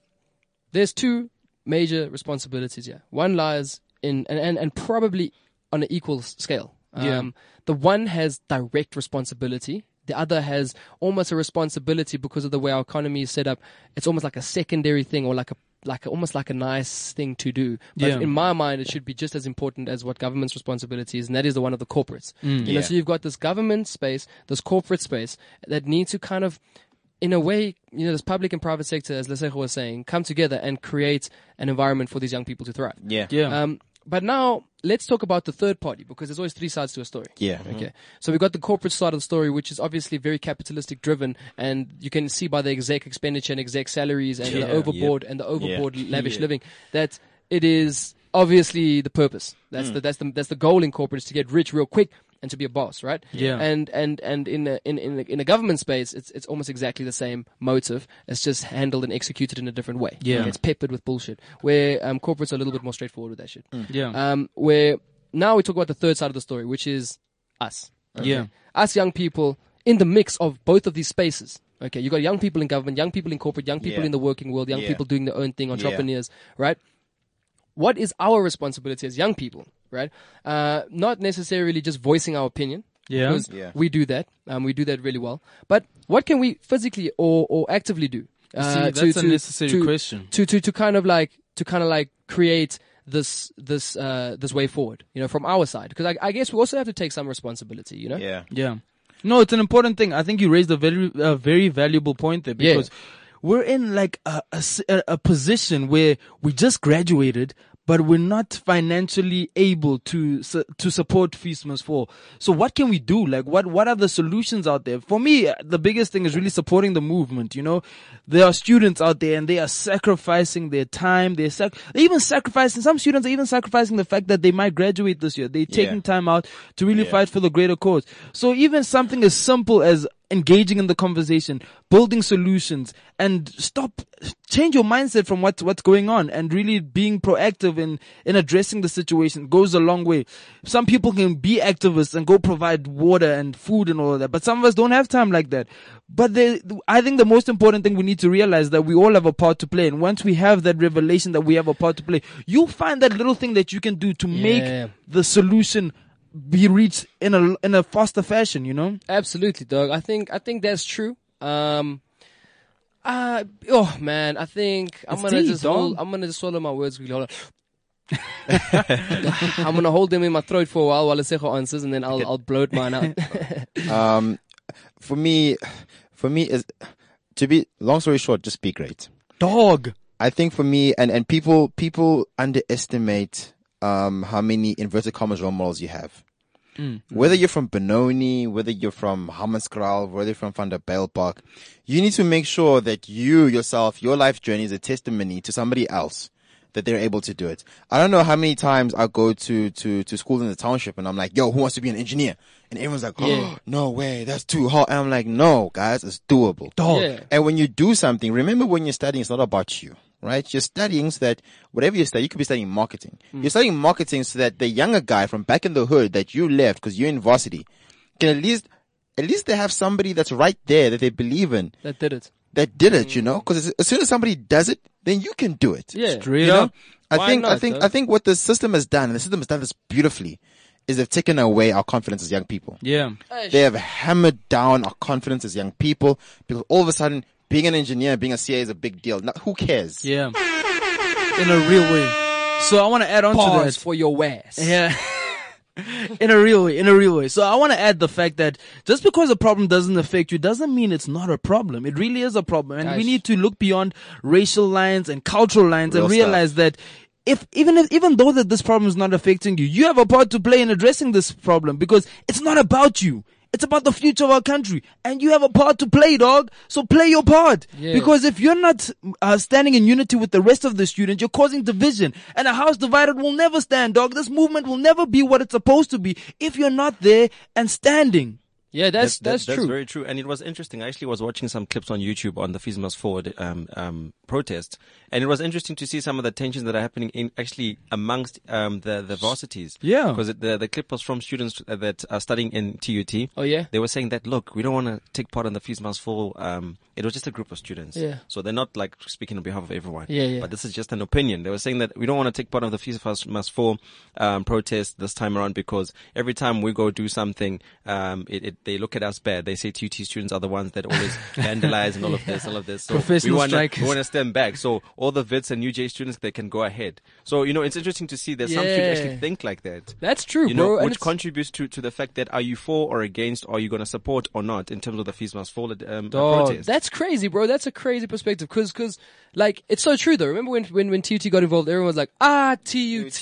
Speaker 2: there's two major responsibilities here. One lies in and and, and probably on an equal s- scale. Um,
Speaker 3: Yeah.
Speaker 2: The one has direct responsibility. The other has almost a responsibility because of the way our economy is set up. It's almost like a secondary thing or like a like a, almost like a nice thing to do. But
Speaker 3: Yeah.
Speaker 2: in my mind, it should be just as important as what government's responsibility is, and that is the one of the corporates. You know, so you've got this government space, this corporate space that need to kind of in a way, you know, this public and private sector, as Lesego was saying, come together and create an environment for these young people to thrive.
Speaker 4: Yeah.
Speaker 3: Yeah.
Speaker 2: Um, but now let's talk about the third party because there's always three sides to a story.
Speaker 4: Yeah.
Speaker 7: Mm-hmm.
Speaker 2: Okay. So we've got the corporate side of the story, which is obviously very capitalistic driven, and you can see by the exec expenditure and exec salaries and the
Speaker 7: Yeah.
Speaker 2: overboard and the overboard lavish living that it is obviously the purpose. That's the that's the that's the goal in corporate is to get rich real quick and to be a boss, right?
Speaker 3: Yeah.
Speaker 2: And and and in a, in in a, in a government space, it's it's almost exactly the same motive. It's just handled and executed in a different way.
Speaker 3: Yeah.
Speaker 2: It's peppered with bullshit. Where um, corporates are a little bit more straightforward with that shit.
Speaker 3: yeah.
Speaker 2: Um, where now we talk about the third side of the story, which is us.
Speaker 3: Yeah.
Speaker 2: Us young people in the mix of both of these spaces. Okay, you got young people in government, young people in corporate, young people
Speaker 4: Yeah.
Speaker 2: in the working world, young
Speaker 4: Yeah.
Speaker 2: people doing their own thing, entrepreneurs, right? What is our responsibility as young people, right? Uh, not necessarily just voicing our opinion.
Speaker 3: Yeah.
Speaker 2: Because
Speaker 4: Yeah.
Speaker 2: we do that. Um, we do that really well. But what can we physically or, or actively do? Uh,
Speaker 3: that's a necessary question.
Speaker 2: to to to kind of like to kind of like create this this uh this way forward you know from our side because I, I guess we also have to take some responsibility you know
Speaker 4: Yeah.
Speaker 3: Yeah. No, it's an important thing. I think you raised a very, a very valuable point there
Speaker 2: Yeah.
Speaker 3: because we're in like a, a s- a- a position where we just graduated, but we're not financially able to su- to support Feast Must Fall. So what can we do? Like, what what are the solutions out there? For me, uh, the biggest thing is really supporting the movement. You know, there are students out there and they are sacrificing their time. They're, sac- they're even sacrificing. Some students are even sacrificing the fact that they might graduate this year. They're taking time out to really fight for the greater cause. So even something as simple as engaging in the conversation, building solutions, and stop change your mindset from what's what's going on and really being proactive in in addressing the situation goes a long way. Some people can be activists and go provide water and food and all of that, but some of us don't have time like that. But they, I think the most important thing we need to realize that we all have a part to play, and once we have that revelation that we have a part to play, you'll find that little thing that you can do to
Speaker 2: Yeah.
Speaker 3: make the solution be reached in a in a faster fashion. You know.
Speaker 2: Absolutely, dog. I think I think that's true. Um, uh, oh man, I think I'm
Speaker 3: It's
Speaker 2: gonna
Speaker 3: deep,
Speaker 2: just hold,
Speaker 3: dog.
Speaker 2: I'm gonna just swallow my words quickly. Hold on. *laughs* I'm gonna hold them in my throat for a while while Asejo answers, and then I'll I'll bloat mine out.
Speaker 4: Um, for me, for me is to be long story short, just be great.
Speaker 3: Dog.
Speaker 4: I think for me, and, and people, people underestimate, um, how many inverted commas role models you have. Whether you're from Benoni, whether you're from Hammerskral, whether you're from Van der Bijlpark, you need to make sure that you yourself, your life journey is a testimony to somebody else that they're able to do it. I don't know how many times I go to, to, to school in the township and I'm like, yo, who wants to be an engineer? And everyone's like, oh,
Speaker 2: Yeah.
Speaker 4: no way, that's too hard. And I'm like, no, guys, it's doable.
Speaker 2: Yeah.
Speaker 4: And when you do something, remember when you're studying, it's not about you, right? You're studying so that whatever you study, you could be studying marketing.
Speaker 2: Mm.
Speaker 4: You're studying marketing so that the younger guy from back in the hood that you left because you're in varsity can at least, at least they have somebody that's right there that they believe in
Speaker 2: that did it.
Speaker 4: that did it, you know? Because as, as soon as somebody does it, then you can do it.
Speaker 2: Mm. Yeah.
Speaker 3: Straight
Speaker 4: You know?
Speaker 3: up.
Speaker 4: I
Speaker 2: Why
Speaker 4: think, I
Speaker 2: not,
Speaker 4: think,
Speaker 2: though?
Speaker 4: I think what the system has done, and the system has done this beautifully, is they've taken away our confidence as young people
Speaker 3: Yeah.
Speaker 4: they have hammered down our confidence as young people because all of a sudden being an engineer, being a CA is a big deal. Now, who cares?
Speaker 3: Yeah. In a real way. So I want to add on to that.
Speaker 2: Pause for your ass.
Speaker 3: Oh, Yeah. *laughs* in a real way, in a real way. So I want to add the fact that just because a problem doesn't affect you doesn't mean it's not a problem. It really is a problem. And we
Speaker 2: Guys.
Speaker 3: need to look beyond racial lines and cultural lines
Speaker 4: Real
Speaker 3: and
Speaker 4: stuff.
Speaker 3: realize that if even if, even though that this problem is not affecting you, you have a part to play in addressing this problem because it's not about you. It's about the future of our country, and you have a part to play, dog. So play your part,
Speaker 2: Yeah.
Speaker 3: because if you're not uh, standing in unity with the rest of the students, you're causing division. And a house divided will never stand, dog. This movement will never be what it's supposed to be if you're not there and standing.
Speaker 2: yeah. That's
Speaker 7: That- that-
Speaker 2: that's, true.
Speaker 7: very true. And it was interesting. I actually was watching some clips on YouTube on the Fees Must Forward um, um, protest, and it was interesting to see some of the tensions that are happening in actually amongst um, the the varsities.
Speaker 3: Yeah.
Speaker 7: because the the clip was from students that are studying in TUT.
Speaker 2: Oh, yeah?
Speaker 7: they were saying that look, we don't want to take part in the Fees Must Forward. Um, it was just a group of students.
Speaker 2: Yeah.
Speaker 7: so they're not like speaking on behalf of everyone.
Speaker 2: Yeah, yeah.
Speaker 7: But this is just an opinion. They were saying that we don't want to take part of the Fees Must- Must Fall um, protest this time around because every time we go do something, um, it, it, they look at us bad. They say TUT students are the ones that
Speaker 2: *laughs*
Speaker 7: always vandalize and all of this, all of this. So
Speaker 3: Professional
Speaker 7: we wanna,
Speaker 3: strikers.
Speaker 7: We want to stand back. So all the VITs and UJ students, they can go ahead. So, you know, it's interesting to see that some students
Speaker 2: Yeah.
Speaker 7: actually think like that.
Speaker 2: That's *laughs* true,
Speaker 7: you
Speaker 2: bro,
Speaker 7: know,
Speaker 2: and
Speaker 7: which
Speaker 2: it's-
Speaker 7: contributes to, to the fact that are you for or against, are you going to support or not in terms of the fees must fall um,
Speaker 3: Dog,
Speaker 7: protest.
Speaker 2: That's crazy, bro. That's a crazy perspective. Cause, cause, like, it's so true though. Remember when, when, when TUT got involved, everyone was like, ah, TUT. *laughs*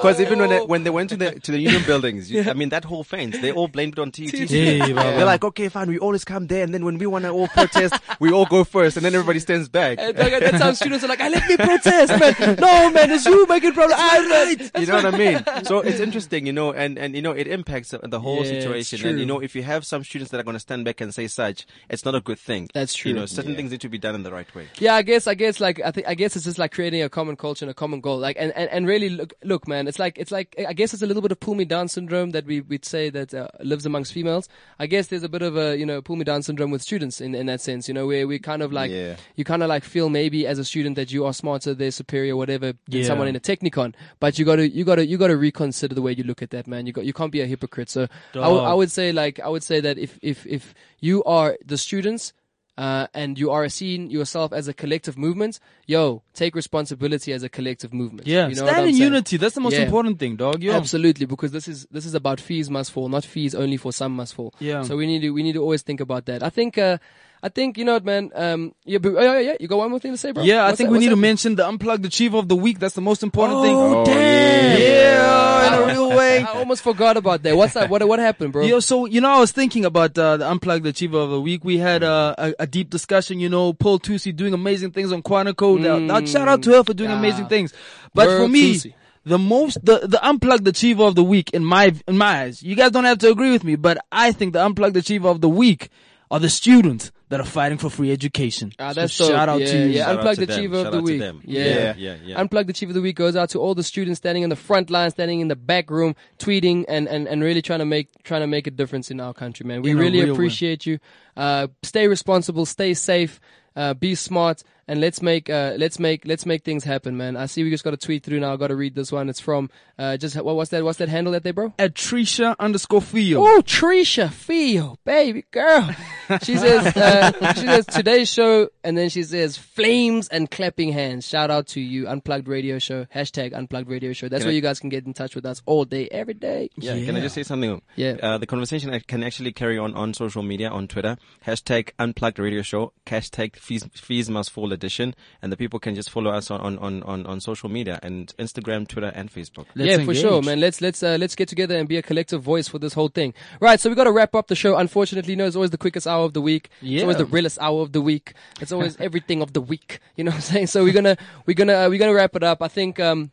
Speaker 7: Because even when they, when they went to the to the union buildings, you, I mean that whole fence, they all blamed it on TUT. *laughs* They're like, okay, fine, we always come there, and then when we want to all protest, we all go first, and then everybody stands back.
Speaker 2: And like, that's how students are like, I let me protest, *laughs* man. No, man, it's you making "Ah, problem. I right.
Speaker 7: you know what I mean?
Speaker 2: *laughs*
Speaker 7: So it's interesting, you know, and, and you know it impacts the- the whole
Speaker 2: Yeah, it's
Speaker 7: situation. And you
Speaker 2: true.
Speaker 7: know, if you have some students that are going to stand back and say such, it's not a good thing.
Speaker 2: That's
Speaker 7: You
Speaker 2: true.
Speaker 7: know, certain things need to be done in the right way.
Speaker 2: Yeah, I guess, I guess, like, I think, I guess it's just like creating a common culture and a common goal. Like, and, and, and really look, look, man, it's like, it's like, I guess it's a little bit of pull me down syndrome that we, we'd say that uh, lives amongst females. I guess there's a bit of a, you know, pull me down syndrome with students in, in that sense, you know, where we kind of like,
Speaker 4: Yeah.
Speaker 2: you kind of like feel maybe as a student that you are smarter, they're superior, whatever, than
Speaker 3: Yeah.
Speaker 2: someone in a technicon. But you gotta, you gotta, you gotta reconsider the way you look at that, man. You got, you can't be a hypocrite. So I would- I
Speaker 3: Dog.
Speaker 2: would say like, I would say that if, if, if you are the students, uh, and you are seen yourself as a collective movement, yo, take responsibility as a collective movement.
Speaker 3: Yeah,
Speaker 2: You know what
Speaker 3: stand
Speaker 2: I'm
Speaker 3: in
Speaker 2: saying?
Speaker 3: unity. That's the most
Speaker 2: Yeah.
Speaker 3: important thing, dog. Yeah.
Speaker 2: Absolutely, because this is this is about fees must fall, not fees only for some must fall.
Speaker 3: Yeah.
Speaker 2: So we need to we need to always think about that. I think uh, I think you know what, man. Um, yeah, but, oh, yeah, yeah. You got one more thing to say, bro?
Speaker 3: Yeah, I
Speaker 2: What's
Speaker 3: think
Speaker 2: that-
Speaker 3: we
Speaker 2: what's
Speaker 3: need to
Speaker 2: that?
Speaker 3: mention the unplugged achiever of the week. That's the most important thing.
Speaker 4: Oh, damn.
Speaker 3: Yeah,
Speaker 4: yeah.
Speaker 3: in a real
Speaker 2: *laughs*
Speaker 3: way.
Speaker 2: I almost forgot about that. What's that? What what happened,
Speaker 3: *laughs*
Speaker 2: bro?
Speaker 3: Yo, so you know, I was thinking about uh, the unplugged achiever of the week. We had uh, a, a deep discussion. You know, Paul Tusi doing amazing things on Quantico. Now, now shout out to her for doing
Speaker 2: yeah.
Speaker 3: amazing things. But
Speaker 2: Girl
Speaker 3: for me,
Speaker 2: Mm. Tusi.
Speaker 3: the most the, the unplugged achiever of the week in my in my eyes. You guys don't have to agree with me, but I think the unplugged achiever of the week are the students that are fighting for free education.
Speaker 2: Ah,
Speaker 3: So
Speaker 2: that's dope.
Speaker 3: shout out
Speaker 2: yeah,
Speaker 3: to you.
Speaker 2: Yeah,
Speaker 7: Shout out
Speaker 2: Unplugged
Speaker 7: to them.
Speaker 2: Achiever of
Speaker 7: Shout
Speaker 2: the
Speaker 7: out to
Speaker 2: Week.
Speaker 7: them.
Speaker 2: Yeah.
Speaker 7: Yeah, yeah, yeah.
Speaker 2: Unplugged Achiever of the Week goes out to all the students standing in the front line, standing in the back room, tweeting and, and, and really trying to make trying to make a difference in our country, man. We
Speaker 3: In a
Speaker 2: really
Speaker 3: real way.
Speaker 2: appreciate you. Uh, stay responsible, stay safe, uh, be smart, and let's make uh, let's make let's make things happen, man. I see we just got a tweet through now. I got to read this one. It's from uh, just what, what's that? What's that handle that they bro?
Speaker 3: Atricia underscore Fio.
Speaker 2: Oh, Trisha Feel, baby girl. She says, uh, she says today's show, and then she says flames and clapping hands. Shout out to you, Unplugged Radio Show. Hashtag Unplugged Radio Show. That's
Speaker 7: Can
Speaker 2: where
Speaker 7: I-
Speaker 2: you guys can get in touch with us all day, every day.
Speaker 7: Yeah, can I just say something?
Speaker 2: Yeah.
Speaker 7: Uh, the conversation I can actually carry on on social media, on Twitter, hashtag unplugged radio show, hashtag fees, fees must fall edition, and the people can just follow us on, on, on, on, on social media and Instagram, Twitter, and Facebook.
Speaker 3: Let's
Speaker 2: yeah, for
Speaker 3: engage.
Speaker 2: sure, man. Let's let's uh, let's get together and be a collective voice for this whole thing. Right, so we got to wrap up the show. Unfortunately, you know, it's always the quickest hour of the week. It's
Speaker 3: Yeah.
Speaker 2: always the realest hour of the week. It's
Speaker 3: *laughs*
Speaker 2: always everything of the week. You know what I'm saying? So we're gonna we're gonna uh, we're gonna wrap it up. I think um,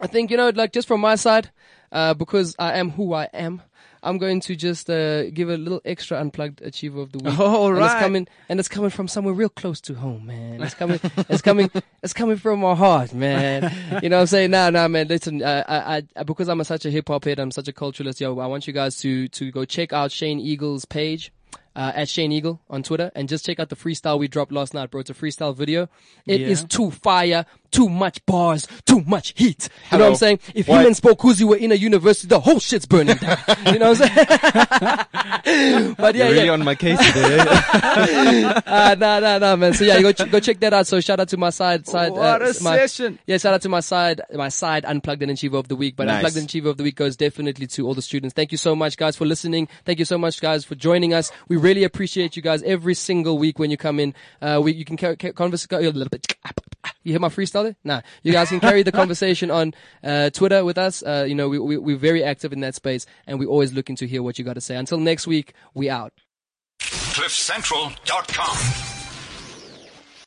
Speaker 2: I think you know, like just from my side, uh, because I am who I am. I'm going to just uh, give a little extra unplugged achiever of the week.
Speaker 3: *laughs* All
Speaker 2: and it's
Speaker 3: right.
Speaker 2: coming, and it's coming from somewhere real close to home, man. It's coming, it's coming, it's coming from our heart, man. You know what I'm saying? Nah, nah, man. Listen, uh, I, I, because I'm a, such a hip hop head, I'm such a culturalist. Yo, I want you guys to to go check out Shane Eagle's page. Uh, at Shane Eagle on Twitter and just check out the freestyle we dropped last night, bro. It's a freestyle video. It is
Speaker 3: Yeah.
Speaker 2: too fire, too much bars, too much heat. You know what I'm saying? If
Speaker 4: What?
Speaker 2: him and Spokuzi were in a university, the whole shit's burning down. you know what I'm saying? *laughs* but yeah,
Speaker 7: You're really
Speaker 2: yeah.
Speaker 7: on my case
Speaker 2: *laughs*
Speaker 7: today. eh?
Speaker 2: Uh, nah, nah, nah, man. So yeah, go ch- go check that out. So shout out to my side, side.
Speaker 3: What
Speaker 2: uh,
Speaker 3: a
Speaker 2: s- my,
Speaker 3: session.
Speaker 2: Yeah, shout out to my side, my side unplugged and achiever of the week. But
Speaker 4: Nice.
Speaker 2: unplugged and achiever of the week goes definitely to all the students. Thank you so much, guys, for listening. Thank you so much, guys, for joining us. We really appreciate you guys every single week when you come in. Uh, we you can ca- ca- converse a little bit. You hear my freestyle? there? Nah, you guys can
Speaker 3: *laughs*
Speaker 2: carry the conversation on uh, Twitter with us. Uh, you know, we, we we're very active in that space, and we're always looking to hear what you got to say. Until next week, we out.
Speaker 8: CliffCentral.com.